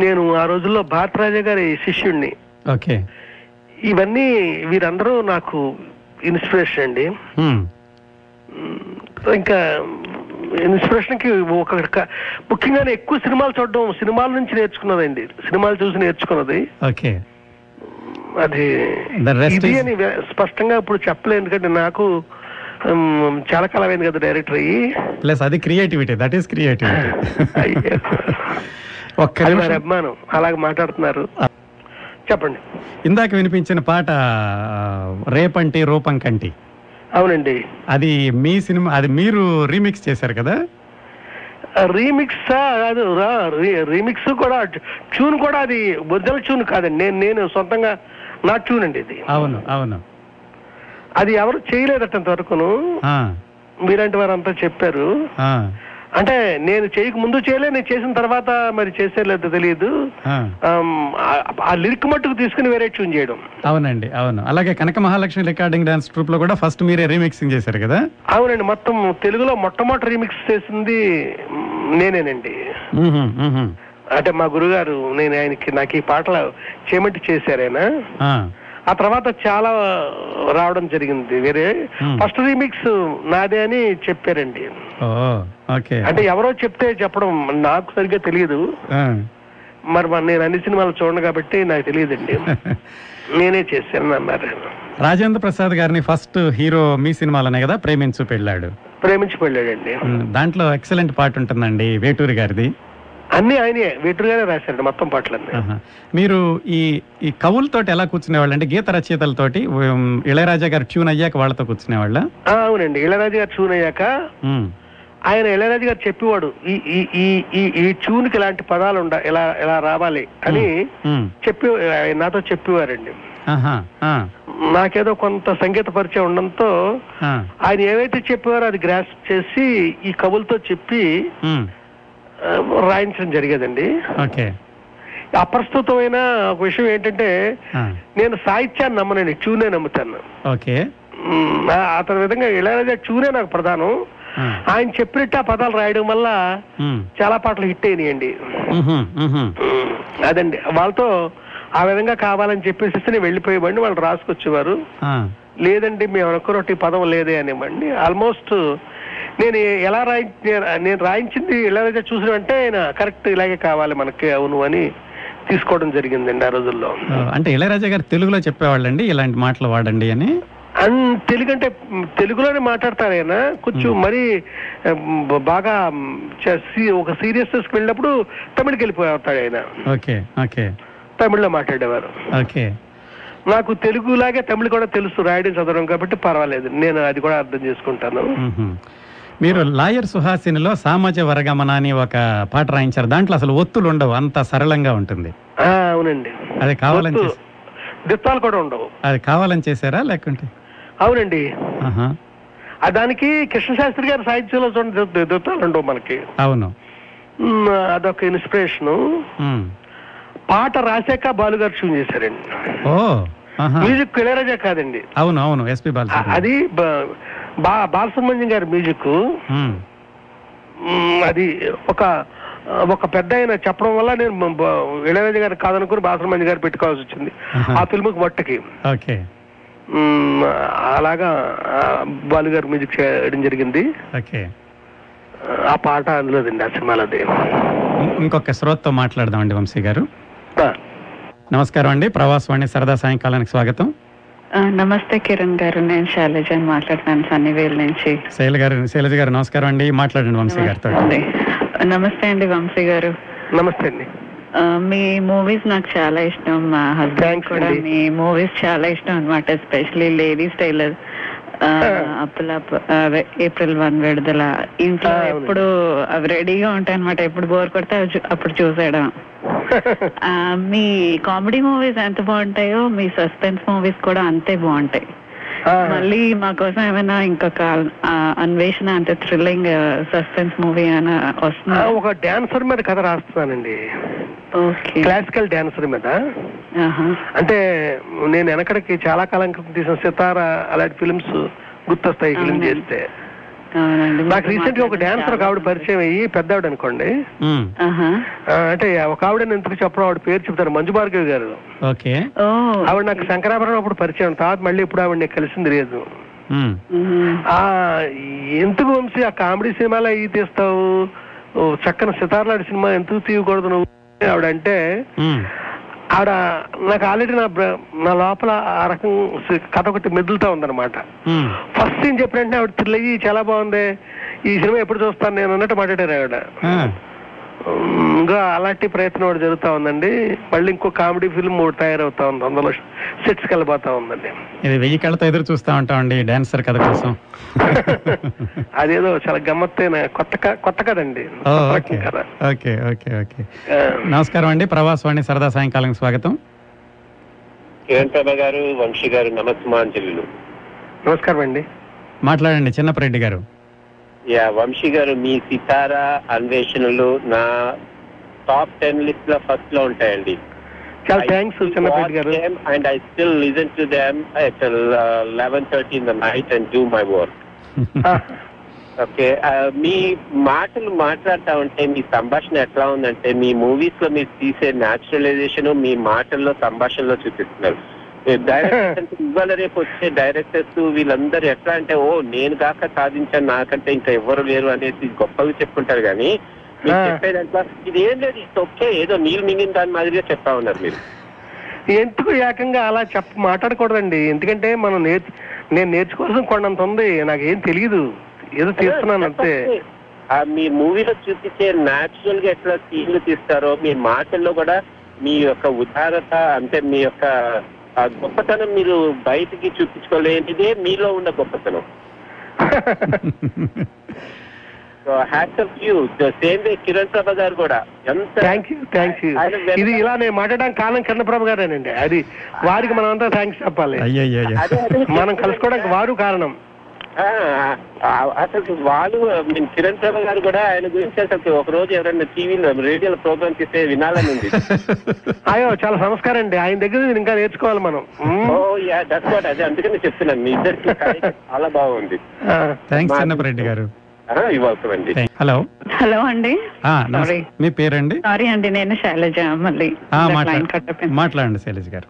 నేను ఆ రోజుల్లో భారత రాజా గారి శిష్యుణ్ణి
ఓకే
ఇవన్నీ వీరందరూ నాకు ఇన్స్పిరేషన్ అండి
Hmm.
ఇంకా ఇన్స్పిరేషన్ కి ఒక రక- ముఖ్యంగా నేను ఎక్కువ సినిమాలు చూడడం సినిమాల నుంచి నేర్చుకున్నదండి సినిమాలు చూసి నేర్చుకున్నది
ఓకే
అది
The rest
ఇది
is-
అని వే- స్పష్టంగా ఇప్పుడు చెప్పలేదు ఎందుకంటే నాకు ఉమ్, చాలా కాలం అయింది కదా డైరెక్టర్ అయ్యి
ప్లస్ అది క్రియేటివిటీ దట్ ఈస్ క్రియేటివిటీ ఒక్క
అది మరి
నిమిషం
అభిమానం అలాగే మాట్లాడుతున్నారు చెప్పండి
ఇందాక వినిపించిన పాట ఆ, రేపంటి రూపం కంటి
అవునండి
అది మీ సినిమా అది మీరు రీమిక్స్ చేశారు కదా
రీమిక్స్ కాదు రా- రీ- రీమిక్స్ కూడా ట్యూన్ కూడా అది బొద్దల ట్యూన్ కాదండి నేను నేను సొంతంగా నా ట్యూన్ అండి ఇది
అవును అవును
అది ఎవరు చేయలేదట ఇంతవరకును
ఆ,
మీలాంటి వారంతా చెప్పారు
ఆ,
అంటే నేను చేయక ముందు చేయలే నేను చేసిన తర్వాత మరి చేసేలేదు తెలియదు
ఆ.
ఆమ్, ఆ- ఆ లిరిక్ మట్టుకు తీసుకుని వేరే ట్యూన్ చేయడం
అవునండి అవును అలాగే Kanaka Mahalakshmi recording dance troupe లో కూడా ఫస్ట్ మీరే రీమిక్సింగ్ చేశారు కదా
అవునండి మొత్తం తెలుగులో మొట్టమొదటి రీమిక్స్ చేసింది మ్, నేనేనండి
మ్మ్హ్మ్, మ్మ్హ్మ్.
అంటే మా గురుగారు నేను ఆయనకి నాకు ఈ పాటలు చేయమంటే చేశారు ఆయన
ఆ,
ఆ తర్వాత చాలా రావడం జరిగింది వేరే
మ్.
ఫస్ట్ రీమిక్స్ నాదే అని చెప్పారండి
ఓ ఓకే
అంటే ఎవరో చెప్తే చెప్పడం నాకు సరిగ్గా తెలియదు
ఆ,
మరి మరి నేను అన్ని సినిమాలు చూడను కాబట్టి నాకు తెలియదండి నేనే చేశాను అన్నారు
రాజేంద్ర ప్రసాద్ గారిని ఫస్ట్ హీరో మీ సినిమాలోనే కదా ప్రేమించు పెళ్ళాడు
ప్రేమించి పెళ్ళాడండి
ఉమ్, దాంట్లో ఎక్సలెంట్ పాట ఉంటుందండి వేటూరి గారిది
అన్ని ఆయనే వెటుగానే రాశారండి మొత్తం పాటలన్నీ
ఆహా. మీరు ఈ ఈ కవులతోటి ఎలా కూర్చునేవాళ్ళు అంటే గీత రచయితలతోటి ఉమ్, ఇళయరాజా గారు ట్యూన్ అయ్యాక వాళ్ళతో కూర్చునేవాళ్ళ
ఆ, అవునండి ఇళరాజు గారు ట్యూన్ అయ్యాక ఆయన ఇళరాజు గారు చెప్పేవాడు ఈ ఈ ఈ ఈ ఈ ట్యూన్ కి ఇలాంటి పదాలు ఉండ ఇలా ఇలా రావాలి అని చెప్పి ఆయన నాతో చెప్పేవారండి
ఆహా ఆ,
నాకేదో కొంత సంగీత పరిచయం ఉండడంతో
ఆ,
ఆయన ఏవైతే చెప్పేవారో అది గ్రాస్ప్ చేసి ఈ కవులతో చెప్పి
ఉమ్,
ఆ, రాయించడం జరిగేదండి
ఓకే
అప్రస్తుతమైన ఒక విషయం ఏంటంటే
ఆ,
నేను సాహిత్యాన్ని నమ్మనండి ట్యూనే నమ్ముతాను
ఓకే
మ్మ్, ఆ- అతని విధంగా ఇళయరాజా ట్యూనే నాకు ప్రధానం
ఆ,
ఆయన చెప్పినట్టు ఆ పదాలు రాయడం వల్ల
ఉమ్,
చాలా పాటలు హిట్ అయినాయండి
ఉహుం, ఉహుం.
మ్మ్, అదండి వాళ్ళతో ఆ విధంగా కావాలని చెప్పేసి నేను వెళ్ళిపోయేవాడిని వాళ్ళు రాసుకొచ్చేవారు
ఆ,
లేదండి మేము అనుకున్నట్టు ఈ పదం లేదే అనివ్వండి ఆల్మోస్ట్ నేను ఎలా రాయి నేను రాయించింది ఇళయరాజా చూసిన వెంటనే ఆయన కరెక్ట్ ఇలాగే కావాలి మనకి అవును అని తీసుకోవడం జరిగిందండి ఆ రోజుల్లో
ఆ, అంటే ఇళయరాజా గారు తెలుగులో చెప్పేవాళ్ళండి ఇలాంటి మాటలు వాడండి అని
అండ్ తెలుగు అంటే మ్, తెలుగులోనే మాట్లాడతారు ఆయన కొంచెం మరీ ఉమ్, బ- బాగా ఉమ్, చ- సి- ఒక సీరియస్నెస్కి వెళ్ళినప్పుడు తమిళకి వెళ్ళిపోతాడు ఆయన
ఓకే ఓకే
తమిళ్లో మాట్లాడేవారు
ఓకే
నాకు తెలుగులాగే తమిళ కూడా తెలుసు రాయడం చదవడం కాబట్టి పర్వాలేదు నేను అది కూడా అర్థం చేసుకుంటాను
మ్మ్హ్మ్. మీరు లాయర్ సుహాసినిలో సామాజ వర్గమన అని ఒక పాట రాయించారు దాంట్లో అసలు ఒత్తులు ఉండవు అంత సరళంగా ఉంటుంది
ఆ, అవునండి
అది కావాలని
ఒత్తు-
చేసి
దిత్తాలు కూడా ఉండవు
అది కావాలని చేశారా లేకుంటే
అవునండి
ఆహా,
ఆ దానికి కృష్ణ శాస్త్రి గారి సాహిత్యంలో చూడండి దిత్త- దిత్తాలు ఉండవు మనకి
అవును
ఉమ్, అదొక ఇన్స్పిరేషన్
మ్మ్.
పాట రాశాక బాలుగారు ట్యూన్ చేశారండి
ఓ ఆహా.
మ్యూజిక్ ఇళయరాజా కాదండి
అవును అవును ఎస్పి బాల
ఆ- అది బ- బా బాలసుబ్రహ్మణ్యం గారి మ్యూజిక్ మ్, అది ఒక ఒక పెద్ద ఆయన చెప్పడం వల్ల నేను మ- బ- ఇళయరాజా గారు కాదనుకుని బాలసుబ్రహ్మణ్యం గారు పెట్టుకోవాల్సి వచ్చింది ఆ ఫిల్మ్కి మట్టుకి
ఓకే
మ్, అలాగా ఆ, బాలు గారు మ్యూజిక్ చేయడం జరిగింది
ఓకే
ఆ పాట అందులోదండి ఆ సినిమాలోది
ఇం- ఇంకొక శ్రోతతో మాట్లాడదామండి వంశీ గారు
ఆ.
నమస్కారం అండి ప్రవాసవాణి సరదా సాయంకాలానికి స్వాగతం
ఆ, నమస్తే కిరణ్ గారు నేను శైలజ అని మాట్లాడుతున్నాను సన్నివేల్ నుంచి
శైల గారు శైలజ గారు నమస్కారం అండి మాట్లాడండి వంశీ గారితో
అండి నమస్తే అండి వంశీ గారు
నమస్తే అండి
ఆ, మీ మూవీస్ నాకు చాలా ఇష్టం మా హస్బెండ్ కూడా మీ మూవీస్ చాలా ఇష్టం అన్నమాట ఎస్పెషలీ లేడీస్ టైలర్ అప్పుల అదే ఏప్రిల్ వన్ విడుదల ఇంట్లో ఎప్పుడు అవి రెడీగా ఉంటాయి అనమాట ఎప్పుడు బోర్ కొడితే అవి చూ- అప్పుడు చూసేయడం ఆ, మీ కామెడీ మూవీస్ ఎంత బాగుంటాయో మీ సస్పెన్స్ మూవీస్ కూడా అంతే బాగుంటాయి మళ్ళీ మా కోసం ఏమైనా ఇంకొక ఆ, అన్వేషణ అంటే థ్రిల్లింగ్ సస్పెన్స్ మూవీ అని
ఆ,
వస్తుంది
ఒక డాన్సర్ మీద కథ రాస్తున్నానండి క్లాసికల్ డాన్సర్ మీద అంటే నేను వెనకడికి చాలా కాలం క్రితం తీసిన సితార అలాంటి ఫిలిమ్స్ గుర్తొస్తాయి ఫిలిం చేస్తే నాకు రీసెంట్ గా ఒక డాన్సర్ ఒక ఆవిడ పరిచయం అయ్యి పెద్ద ఆవిడ అనుకోండి
ఆహా.
ఆ, అంటే ఒక ఆవిడ నేను ఎందుకు చెప్పడం ఆవిడ పేరు చెప్తారు మంజు భార్గవి గారు
ఓకే
ఆవిడ నాకు శంకరాభరణం అప్పుడు పరిచయం తర్వాత మళ్ళీ ఇప్పుడు ఆవిడ నేను కలిసింది లేదు
మ్మ్.
ఆ ఎందుకు వంశీ ఆ కామెడీ సినిమాలో ఇవి తీస్తావు ఓ చక్కని సితార్లాడి సినిమా ఎందుకు తీయకూడదు నువ్వు ఆవిడ అంటే
మ్మ్.
ఆవిడ నాకు ఆల్రెడీ నా బ్ర- నా లోపల ఆ రకం సి- కథ ఒకటి మెదులుతా ఉందన్నమాట
మ్మ్.
ఫస్ట్ సీన్ చెప్పిన వెంటనే ఆవిడ థ్రిల్ అయ్యి చాలా బాగుంది ఈ సినిమా ఎప్పుడు చూస్తాను నేను అన్నట్టు మాట్లాడారు ఆవిడ
ఆ,
ఉమ్, ఇంకా అలాంటి ప్రయత్నం ఒకటి జరుగుతా ఉందండి మళ్ళీ ఇంకో కామెడీ ఫిల్మ్ ఒకటి తయారవుతా ఉంది అందులో సెట్స్కి వెళ్ళిపోతా ఉందండి
ఇది వెయ్యి కళ్ళతో ఎదురు చూస్తా ఉంటామండి డాన్సర్ కథ కోసం
అదేదో చాలా గమ్మత్తైన కొత్త క- కొత్త కదండి
ఓ,
కొత్త రకం
ఓకే
కదా
ఓకే ఓకే ఓకే నమస్కారం అండి ప్రవాసవాణి సరదా సాయంకాలం స్వాగతం
కిరణ్ ప్రభ గారు వంశీ గారు నమస్మాంజలు
నమస్కారం అండి
మాట్లాడండి చిన్నపరెడ్డి గారు
యా వంశీ గారు మీ సితారా అన్వేషణలు నా టాప్ టెన్ లిస్ట్ లో ఫస్ట్ లో ఉంటాయండి
చాలా థ్యాంక్స్ చిన్నపేట గారు
and I still listen to them at uh, eleven thirty in the night and do my work okay మీ మాటలు మాట్లాడుతా ఉంటే మీ సంభాషణ ఎట్లా ఉందంటే మీ మూవీస్ లో మీరు తీసే న్యాచురలైజేషన్ మీ మాటల్లో సంభాషణలో చూపిస్తున్నారు డైరెక్టర్స్ ఇవాళ రేపు వచ్చే డైరెక్టర్స్ వీళ్ళందరూ ఎట్లా అంటే ఓ నేను కాక సాధించాను నాకంటే ఇంకా ఎవ్వరు లేరు అనేసి గొప్పగా చెప్పుకుంటారు కానీ మీరు చెప్పేదంతా ఇది ఏం లేదు ఇది ఓకే ఏదో నీళ్ళు మింగిన దాని మాదిరిగా చెప్తా ఉన్నారు మీరు
ఎందుకు ఏకంగా అలా చెప్ప మాట్లాడకూడదండి ఎందుకంటే మనం నేర్చు నేను నేర్చుకోవాల్సిన కొండంత ఉంది నాకేం తెలియదు ఏదో తీస్తున్నాను అంతే
ఆ మీ మూవీలో చూపించే న్యాచురల్ గా ఎట్లా సీన్లు తీస్తారో మీ మాటల్లో కూడా మీ యొక్క ఉదారత అంటే మీ యొక్క ఆ గొప్పతనం మీరు బయటికి చూపించుకోలేనిదే మీలో ఉన్న గొప్పతనం hats off you same way Kiran Prabha గారు కూడా ఎంత
థ్యాంక్ యూ థ్యాంక్ యూ
ఆయన వెనక-
ఇది ఇలా నేను మాట్లాడడానికి కారణం కిరణప్రభ గారేనండి అది వారికి మనం అంతా థ్యాంక్స్ చెప్పాలి మనం కలుసుకోవడానికి వారు కారణం
ఆ, ఆ, అసలు వాళ్ళు నేను కిరణ్ ప్రభ గారు కూడా ఆయన గురించి అసలు ఒక రోజు ఎవరైనా టీవీలో రేడియోలో ప్రోగ్రామ్ చేస్తే వినాలని ఉంది
అయ్యో చాలా సంస్కారం అండి ఆయన దగ్గర నుంచి ఇంకా నేర్చుకోవాలి మనం
ఓ యా దట్స్ వాట్ అదే అందుకని చెప్తున్నాను మీ ఇద్దరికి కలయిక చాలా బాగుంది
థ్యాంక్స్ చిన్నపరెడ్డి గారు
ఇవ్వాలి అండి
హలో
హలో అండి
ఆ, నమస్తే. మీ పేరండి
సారీ అండి నేను శైలజ మళ్ళీ
ఆ,
ఇందాక
మాట్లా-
line cut అయిపోయింది.
మాట్లాడండి శైలజ్ గారు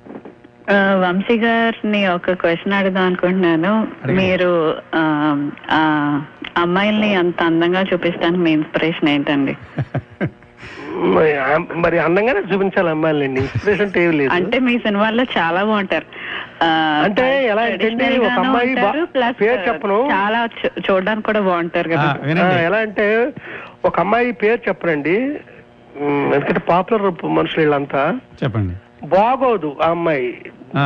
ఆ, వంశీ గారిని ఒక క్వశ్చన్ అడుగుదాం అనుకుంటున్నాను మీరు ఆ, ఆ, అమ్మాయిల్ని అంత అందంగా చూపిస్తానికి మీ ఇన్స్పిరేషన్ ఏంటండి
మరి ఆ- మరి అందంగానే చూపించాలి అమ్మాయిలండి ఇన్స్పిరేషన్ అంటే ఏమి లేదు
అంటే మీ సినిమాల్లో చాలా బాగుంటారు ఆ,
అంటే ఎలా అంటే అండి,
traditional
ఒక
గాను
అమ్మాయి బా-
ఉంటారు, plus
పేరు చెప్పను.
చాలా చూ- చూడడానికి కూడా బాగుంటారు కదా
ఆ, ఎలా అంటే ఒక అమ్మాయి పేరు చెప్పరండి ఉమ్, ఎందుకంటే పాపులర్ మనుషులు వీళ్ళంతా
చెప్పండి
బాగోదు ఆ అమ్మాయి
ఆ.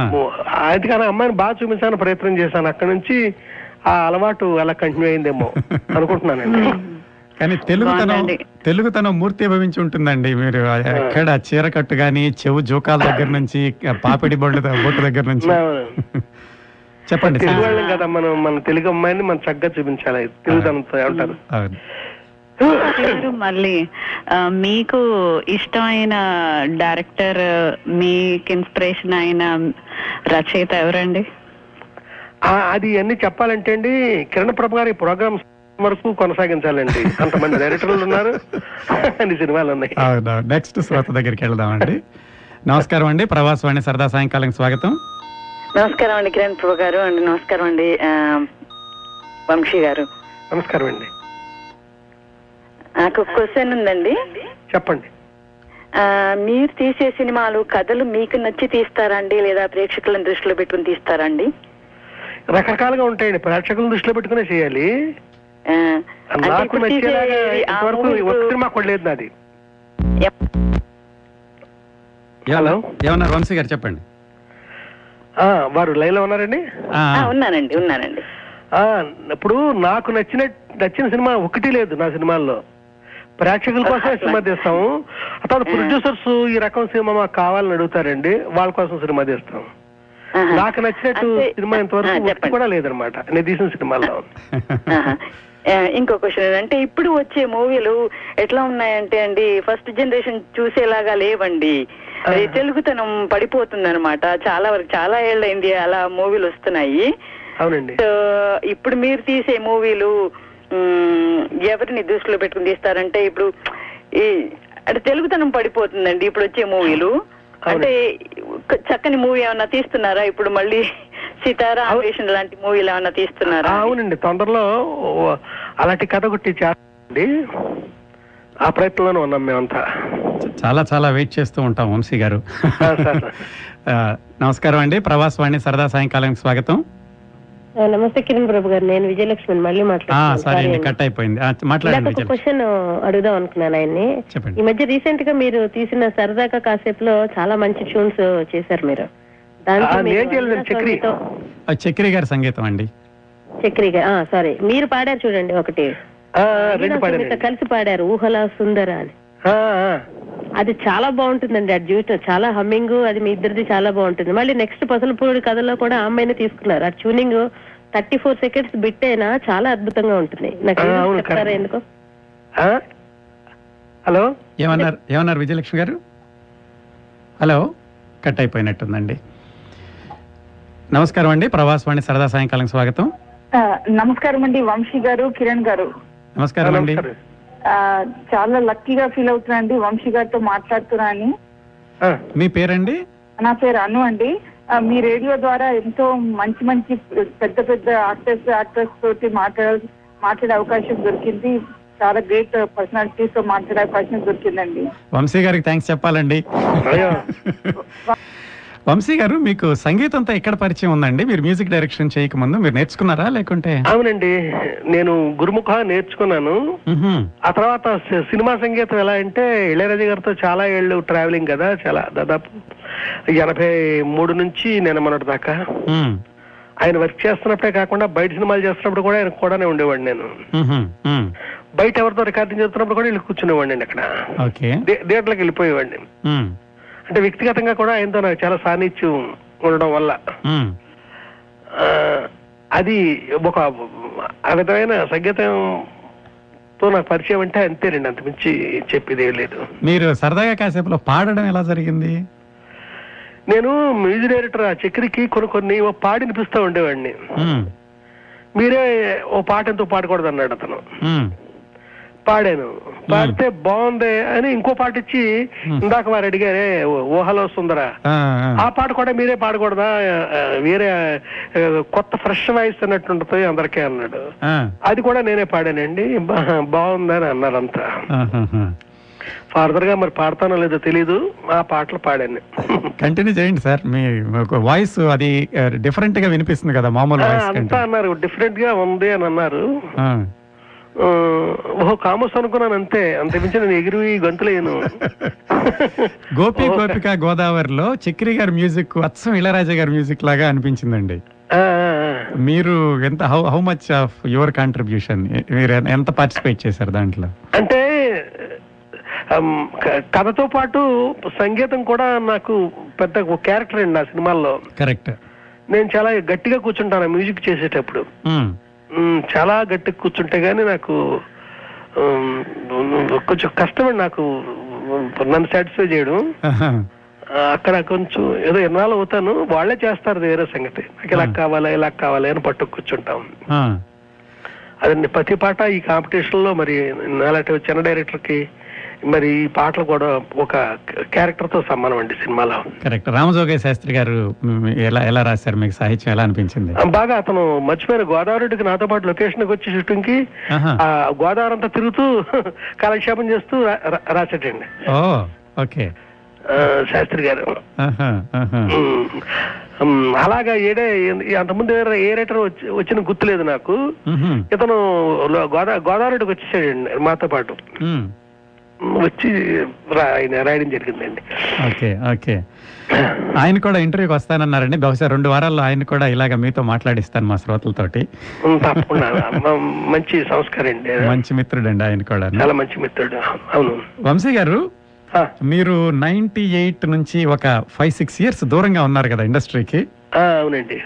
అది కానీ ఆ అమ్మాయిని బాగా చూపించాలని ప్రయత్నం చేశాను అక్కడి నుంచి ఆ అలవాటు అలా కంటిన్యూ అయిందేమో అనుకుంటున్నానండి
కానీ తెలుగుతనం తెలుగుతనం మూర్తి భవించి ఉంటుందండి మీరు ఎక్కడ చీరకట్టు గాని చెవు జోకాల దగ్గర నుంచి పాపిడి బొడ్డు బొట్టు దగ్గర నుంచి చెప్పండి
తెలుగు వాళ్ళం కదా మనం మన తెలుగు అమ్మాయిని మనం చక్కగా చూపించాలి తెలుగుదనంతో ఏమంటారు
అవును.
గారు మళ్ళీ ఆ, మీకు ఇష్టమైన డైరెక్టర్ మీకు ఇన్స్పిరేషన్ అయిన రచయిత ఎవరండి
ఆ, అది అన్ని చెప్పాలంటే అండి కిరణ్ ప్రభు గారి ప్రోగ్రామ్ వరకు కొనసాగించాలండి అంతమంది డైరెక్టర్లు ఉన్నారు అన్ని సినిమాలు ఉన్నాయి
అవునా నెక్స్ట్ శ్రోత దగ్గరికి వెళ్దామండి నమస్కారం అండి ప్రవాసవాణి సరదా సాయంకాలం స్వాగతం
నమస్కారం అండి కిరణ్ ప్రభు గారు అండి నమస్కారం అండి ఆ, వంశీ గారు
నమస్కారం అండి
నాకు క్వశ్చన్ ఉందండి
చెప్పండి
ఆ, మీరు తీసే సినిమాలు కథలు మీకు నచ్చి తీస్తారండి లేదా ప్రేక్షకులను దృష్టిలో పెట్టుకుని తీస్తారండి
రకరకాలుగా ఉంటాయండి ప్రేక్షకులను దృష్టిలో పెట్టుకునే చేయాలి
ఆ, అంటే
నాకు
ఇప్పుడు తీసే
నచ్చేలాగా
ఇది ఆ
ఇంతవరకు
movie
ఒక
ఇప్పుడు-
సినిమా కూడా లేదు నాది
హలో ఏమన్నారు వంశీ గారు చెప్పండి
ఆ, వారు లైన్లో ఉన్నారండి
ఆ, ఉన్నానండి ఉన్నానండి
ఆ, ఇప్పుడు నాకు నచ్చిన నచ్చిన సినిమా ఒకటి లేదు నా సినిమాల్లో ప్రేక్షకుల కోసం సినిమా తీస్తాము ఆ తర్వాత ప్రొడ్యూసర్స్ ఈ రకం సినిమా మాకు కావాలని అడుగుతారండి వాళ్ళ కోసం సినిమా తీస్తాం నాకు నచ్చినట్టు సినిమా ఇంతవరకు ఒకటి కూడా లేదనమాట నేను తీసిన సినిమాల్లో
ఆ, ఇంకో క్వశ్చన్ అంటే ఇప్పుడు వచ్చే మూవీలు ఎట్లా ఉన్నాయంటే అండి ఫస్ట్ జనరేషన్ చూసేలాగా లేవండి అది తెలుగుతనం పడిపోతుంది అనమాట చాలా వరకు చాలా ఏళ్ళైంది అలా మూవీలు వస్తున్నాయి
అవునండి
సో ఇప్పుడు మీరు తీసే మూవీలు మ్, ఎవరిని దృష్టిలో పెట్టుకుని తీస్తారంటే ఇప్పుడు ఈ అంటే తెలుగుతనం పడిపోతుందండి ఇప్పుడు వచ్చే మూవీలు అంటే ఒక చక్కని మూవీ ఏమైనా తీస్తున్నారా ఇప్పుడు మళ్ళీ సితారా ఆపరేషన్ లాంటి మూవీలు ఏమైనా తీస్తున్నారా
అవునండి తొందరలో ఓ- అలాంటి కథ ఒకటి చేస్తాండి ఆ ప్రయత్నంలోనే ఉన్నాం మేమంతా
చాలా చాలా వెయిట్ చేస్తూ ఉంటాం వంశీ గారు
సార్.
ఆ, నమస్కారం అండి ప్రవాసవాణి సరదా సాయంకాలం స్వాగతం
ఆ, నమస్తే కిరణ్ ప్రభు గారు నేను విజయలక్ష్మి మళ్ళీ
ఆ
మాట్లాడుతున్నాను
సారీ అండి
అండి.
కట్ అయిపోయింది ఆ,
ఇందాక
మాట్లాడండి
ఒక
విజయలక్ష్మి.
క్వశ్చన్ అడుగుదాం అనుకున్నాను ఆయన్ని
చెప్పండి.
ఈ మధ్య రీసెంట్ గా మీరు తీసిన సరదాగా కాసేపులో చాలా మంచి ట్యూన్స్ చేశారు మీరు దాంట్లో
ఆ,
మీరు
నేను చేయలేదు,
అన్న
చక్రి.
సంగీతం-
ఆ, చక్రి గారి సంగీతం అండి
చక్రిగా ఆ, సారీ మీరు పాడారు చూడండి ఒకటి
రెండు
మీతో కలిసి పాడారు ఊహలా సుందర అని అది చాలా బాగుంటుందండి ఆ డ్యూట్ చాలా హమ్మింగ్ అది మీ ఇద్దరిది చాలా బాగుంటుంది మళ్ళీ నెక్స్ట్ పసలపూడి కథలో కూడా ఆ అమ్మాయిని తీసుకున్నారు ఆ tuning thirty four seconds bit అయినా చాలా అద్భుతంగా ఉంటుంది నాకు
ఆ,
రీజన్
అవును,
చెప్తారా
correct.
ఎందుకో
ఆ? హలో
ఏమన్నారు ఏమన్నారు విజయలక్ష్మి గారు హలో కట్ అయిపోయినట్టుందండి నమస్కారం అండి ప్రవాసవాణి సరదా సాయంకాలం స్వాగతం
ఆ, నమస్కారం అండి వంశీ గారు కిరణ్ గారు
నమస్కారం అండి
ఆ, చాలా లక్కీగా ఫీల్ అవుతున్నా అండి వంశీ గారితో మాట్లాడుతున్నా అని
మీ పేరండి
నా పేరు అను అండి ఆ, మీ రేడియో ద్వారా ఎంతో మంచి మంచి పెద్ద పెద్ద ఆర్టిస్ట్ యాక్టర్స్ తోటి మాట్లాడ మాట్లాడే అవకాశం దొరికింది చాలా గ్రేట్ పర్సనాలిటీస్ తో మాట్లాడే అవకాశం దొరికిందండి
వంశీ గారికి థ్యాంక్స్ చెప్పాలండి వంశీ గారు మీకు సంగీతంతో ఎక్కడ పరిచయం ఉందండి మీరు మ్యూజిక్ డైరెక్షన్ చేయకముందు మీరు నేర్చుకున్నారా లేకుంటే
అవునండి నేను గురుముఖ నేర్చుకున్నాను
మ్హూ.
ఆ తర్వాత సి- సినిమా సంగీతం ఎలా అంటే ఇళయరాజా గారితో చాలా ఏళ్ళు ట్రావెలింగ్ కదా చాలా దాదాపు ఎనభై మూడు నుంచి నేను మొన్నటి దాకా
మ్,
ఆయన వర్క్ చేస్తున్నప్పుడే కాకుండా బయట సినిమాలు చేస్తున్నప్పుడు కూడా ఆయన కూడానే ఉండేవాడిని నేను
మ్హూ, మ్.
బయట ఎవరితో రికార్డింగ్ చేస్తున్నప్పుడు కూడా వెళ్ళి కూర్చునేవాడిని నేను అక్కడ
ఓకే
థియే- థియేటర్లకు వెళ్ళిపోయేవాడిని
మ్,
అంటే వ్యక్తిగతంగా కూడా ఆయనతో నాకు చాలా సాన్నిధ్యం ఉండడం వల్ల
మ్.
ఆ, అది ఒక ఆ విధమైన సంగీతంతో నాకు పరిచయం అంటే అంతేనండి అంతమించి చెప్పేది ఏం లేదు
మీరు సరదాగా కాసేపులో పాడడం ఎలా జరిగింది
నేను మ్యూజిక్ డైరెక్టర్ ఆ చక్రికి కొన్ని కొన్ని ఓ పాడి వినిపిస్తూ ఉండేవాడిని
మ్,
మీరే ఓ పాట ఎంతో పాడకూడదు అన్నాడు అతను
మ్.
పాడాను పాడితే బాగుంది అని ఇంకో పాట ఇచ్చి ఇందాక వారు అడిగారే ఓ- ఓహలో సుందరా
ఆ,
ఆ పాట కూడా మీరే పాడకూడదా ఆ, వేరే ఆ, కొత్త ఫ్రెష్ వాయిస్ అన్నట్టు ఉంటుంది అందరికీ అన్నాడు
ఆ,
అది కూడా నేనే పాడానండి బా- బాగుందని అన్నారంతా
ఆహాహా.
ఫర్దర్ గా మరి పాడతానో లేదో తెలియదు ఆ పాటలు పాడాను
కంటిన్యూ చేయండి సార్ మీ వాయిస్ అది డిఫరెంట్ గా వినిపిస్తుంది కదా మామూలు
ఆ,
వాయిస్ కంటే
అంతా అన్నారు డిఫరెంట్ గా ఉంది అని అన్నారు
ఆ,
ఆ, ఓహో కామోస్ అనుకున్నాను అంతే అంత మించి నేను ఎగిరి గొంతులేను
గోపి గోపిక గోదావరిలో చక్రి గారి మ్యూజిక్ అచ్చం ఇళరాజా గారి మ్యూజిక్ లాగా అనిపించిందండి మీరు ఎంత how how much of your contribution మీరు ఎంత పార్టిసిపేట్ చేశారు దాంట్లో
అంటే అమ్, క- కథతో పాటు సంగీతం కూడా నాకు పెద్ద ఒక క్యారెక్టర్ అండి నా సినిమాల్లో
కరెక్ట్
నేను చాలా గట్టిగా కూర్చుంటాను ఆ మ్యూజిక్ చేసేటప్పుడు
Hmm,
ఉమ్, చాలా గట్టిగా కూర్చుంటే గానీ నాకు ఉమ్, కొంచెం కష్టమండి నాకు నన్ను సాటిస్ఫై చేయడం ఆ, అక్కడ కొంచెం ఏదో ఎన్నాళ్ళు అవుతాను వాళ్ళే చేస్తారు అది వేరే సంగతి నాకు ఇలా కావాలా ఇలా కావాలి అని పట్టు కూర్చుంటాం అదండి ప్రతి పాట ఈ కాంపిటీషన్ లో మరి నాలాంటి చిన్న డైరెక్టర్ కి మరి ఈ పాటలు కూడా ఒక క్యారెక్టర్ తో సమానం అండి సినిమాలో
కరెక్ట్ రామజోగయ్య శాస్త్రి గారు మ్, ఎలా ఎలా రాశారు మీకు సాహిత్యం ఎలా అనిపించింది
ఆ, బాగా అతను మర్చిపోయిన గోదావరికి నాతో పాటు లొకేషన్ కి వచ్చి షూటింగ్ కి
ఆహా.
ఆ గోదావరి అంతా తిరుగుతూ కాలక్షేపం చేస్తూ రా- రా- రాసేటండి
ఓ ఓకే
ఆ, శాస్త్రి గారు
ఆహా, ఆహా.
ఉమ్, అలాగా ఏడే ఈ అంతకుముందు ఏ- ఏ రైటర్ వచ్చి- వచ్చిన గుర్తులేదు నాకు
మ్హూ.
ఇతను లో- గోదా గోదావరికి వచ్చేసాడండి మాతో పాటు
మ్,
వచ్చి రా- ఆయన రాయడం జరిగిందండి
ఓకే ఓకే ఆయన కూడా ఇంటర్వ్యూకి వస్తానన్నారండి బహుశా రెండు వారాల్లో ఆయన కూడా ఇలాగ మీతో మాట్లాడిస్తాను మా శ్రోతలతోటి
ఉమ్, తప్పకుండా మ- మంచి సంస్కారం అండి
మంచి మిత్రుడండి ఆయన కూడా
చాలా మంచి మిత్రుడు అవును
వంశీ గారు మీరు నైన్టీ ఎయిట్ నుంచి ఒక ఫైవ్ సిక్స్ ఇయర్స్ దూరంగా ఉన్నారు కదా ఇండస్ట్రీకి
ఆ, అవునండి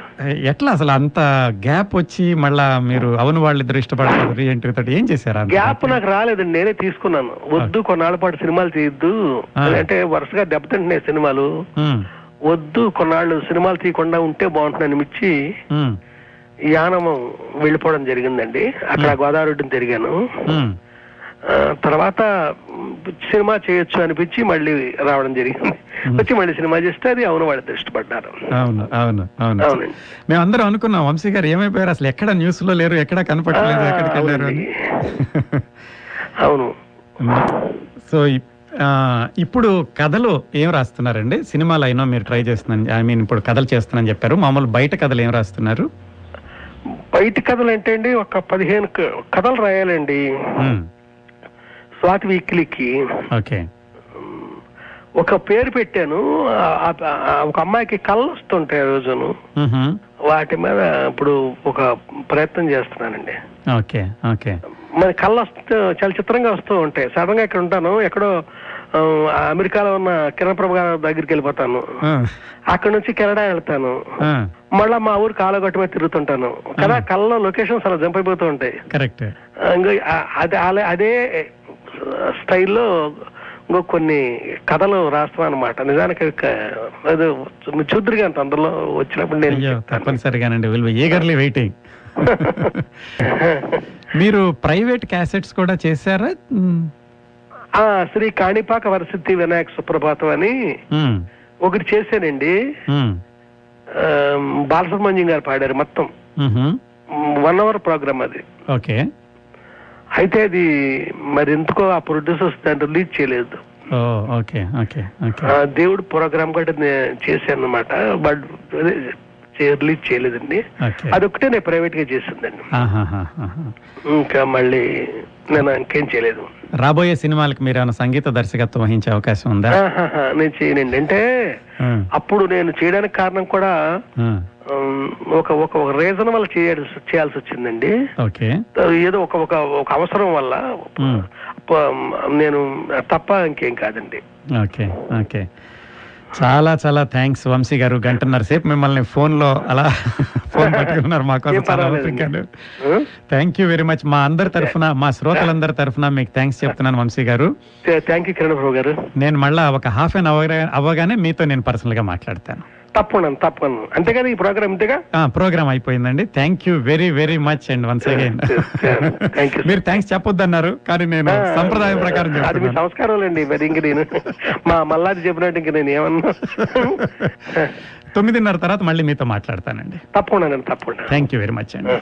ఎట్లా అసలు అంత గ్యాప్ వచ్చి మళ్ళా మీరు అవును వాళ్ళిద్దరు ఇష్టపడతారు రీఎంట్రీ తోటి ఏం చేశారు అంత?
గ్యాప్ నాకు రాలేదండి నేనే తీసుకున్నాను వద్దు కొన్నాళ్ళ పాటు సినిమాలు తీయద్దు
ఆ.
అంటే వరుసగా దెబ్బతింటున్నాయి సినిమాలు
ఉమ్,
వద్దు కొన్నాళ్ళు సినిమాలు తీయకుండా ఉంటే బాగుంటుందని మిచ్చి
ఉమ్,
యానమం వెళ్ళిపోవడం జరిగిందండి అక్కడ గోదావరిని తిరిగాను
ఉమ్.
ఆ, తర్వాత మ్, సినిమా చేయొచ్చు అనిపించి మళ్ళీ రావడం జరిగింది వచ్చి మళ్ళీ సినిమా చేస్తే అది అవును వాళ్ళతో ఇష్టపడ్డారు
అవును అవును అవును
అవునండి.
మేమందరం అనుకున్నాం వంశీ గారు ఏమైపోయారు అసలు ఎక్కడ న్యూస్ లో లేరు ఎక్కడ కనపడలేదు
ఆ,
ఎక్కడికి వెళ్ళారు అని
అవును
సో ఇప్- ఆ, ఇప్పుడు కథలు ఏం రాస్తున్నారండి సినిమాలు అయినా మీరు ట్రై చేస్తున్నాను ఐ మీన్ ఇప్పుడు కథలు చేస్తున్నాను చెప్పారు మామూలు బయట కథలు ఏం రాస్తున్నారు
బయటి కథలు ఏంటండి ఒక పదిహేను క- కథలు రాయాలండి
ఉమ్,
స్వాతి వీక్లీకి
ఓకే
ఒక పేరు పెట్టాను ఆ- ఆ- ఆ ఒక అమ్మాయికి కళ్ళు వస్తుంటాయి ఆ రోజును
ఉహుం,
వాటి మీద ఇప్పుడు ఒక ప్రయత్నం చేస్తున్నానండి
ఓకే ఓకే
మరి కళ్ళు వస్తూ చాలా చిత్రంగా వస్తూ ఉంటాయి సడన్ గా ఇక్కడ ఉంటాను ఎక్కడో ఆ, అమెరికాలో ఉన్న కిరణ్ ప్రభు గారి దగ్గరికి వెళ్ళిపోతాను
ఆ,
అక్కడ నుంచి కెనడా వెళ్తాను
ఆ,
మళ్ళా మా ఊరు కాలగొట్ట మీద తిరుగుతుంటాను కదా కళ్ళలో లొకేషన్స్ అలా జంప్ అయిపోతూ ఉంటాయి
కరెక్ట్
ఆ, ఇంకో ఆ- అదే అలా- అదే స్టైల్లో ఇంకో కొన్ని కథలు రాస్తాం అనమాట నిజానికి అవి క- అది చూద్దరు కానీ అందులో వచ్చినప్పుడు నేను
అయ్యో తప్పనిసరిగానండి విల్ ఈగర్లీ వెయిటింగ్ మీరు ప్రైవేట్ క్యాసెట్స్ కూడా చేశారా ఉమ్,
ఆ, శ్రీ కాణిపాక వరసిద్ధి వినాయక సుప్రభాతం అని
ఉమ్,
ఒకటి చేశానండి
ఉమ్,
ఆ, బాలసుబ్రహ్మణ్యం గారు పాడారు మొత్తం
ఉహుం,
వన్ అవర్ ప్రోగ్రామ్ అది
ఓకే
అయితే అది మరి ఎందుకో ఆ ప్రొడ్యూసర్స్ దాన్ని రిలీజ్ చేయలేదు
ఓ ఓకే ఓకే ఓకే
ఆ, దేవుడు ప్రోగ్రామ్ కూడా నేను చేశాను అనమాట బట్ అదే చే- రిలీజ్ చేయలేదండి
ఓకే
అదొక్కటే నేను ప్రైవేట్ గా చేసిందండి
ఆహాహాహాహా.
ఇంకా మళ్ళీ నేను ఇంకేం చేయలేదు
రాబోయే సినిమాలకు మీరు ఏమైనా సంగీత దర్శకత్వం వహించే అవకాశం ఉందా
ఆహాహా, నేను చేయనండి అంటే
ఆ,
అప్పుడు నేను చేయడానికి కారణం కూడా
ఆ,
ఉమ్, ఒక ఒక ఒక రీజన్ వల్ల చేయాల్సి చేయాల్సి వచ్చిందండి
ఓకే
ఏదో ఒక ఒక ఒక అవసరం వల్ల
ఉమ్,
ప- నేను తప్ప ఇంకేం కాదండి
ఓకే ఓకే చాలా చాలా థ్యాంక్స్ వంశీ గారు గంటన్నర సేపు మిమ్మల్ని ఫోన్ లో అలా ఫోన్ పట్టుకున్నారు మా కోసం
ఏం
చాలా
పర్వాలేదండి.
ఓపికగా.
ఆ?
థ్యాంక్ యూ వెరీ మచ్ మా అందరి తరఫున మా శ్రోతలందరి తరఫున మీకు థ్యాంక్స్ చెప్తున్నాను వంశీ గారు
థ్యాంక్ యూ కిరణ్ ప్రభు గారు
నేను మళ్ళా ఒక హాఫ్ అన్ అవర్ అవ్వగానే మీతో నేను పర్సనల్ గా మాట్లాడతాను
తప్పకుండా తప్పకుండా అంతేగాని ఈ ప్రోగ్రామ్ ఇంతేగా
ఆ ప్రోగ్రామ్ అయిపోయిందండి thank you very very much and once again మీరు థ్యాంక్స్ చెప్పొద్దన్నారు కానీ నేను సంప్రదాయం ప్రకారం
Ah, అది మీ
చెప్తున్నాను
సంస్కారాలండి మరి ఇంక నేను మా మల్లాది చెప్పినట్టు ఇంక నేను ఏమన్నా
తొమ్మిదిన్నర తర్వాత మళ్ళీ మీతో మాట్లాడతానండి
తప్పకుండా నేను తప్పకుండా
థ్యాంక్ యూ వెరీ మచ్ అండి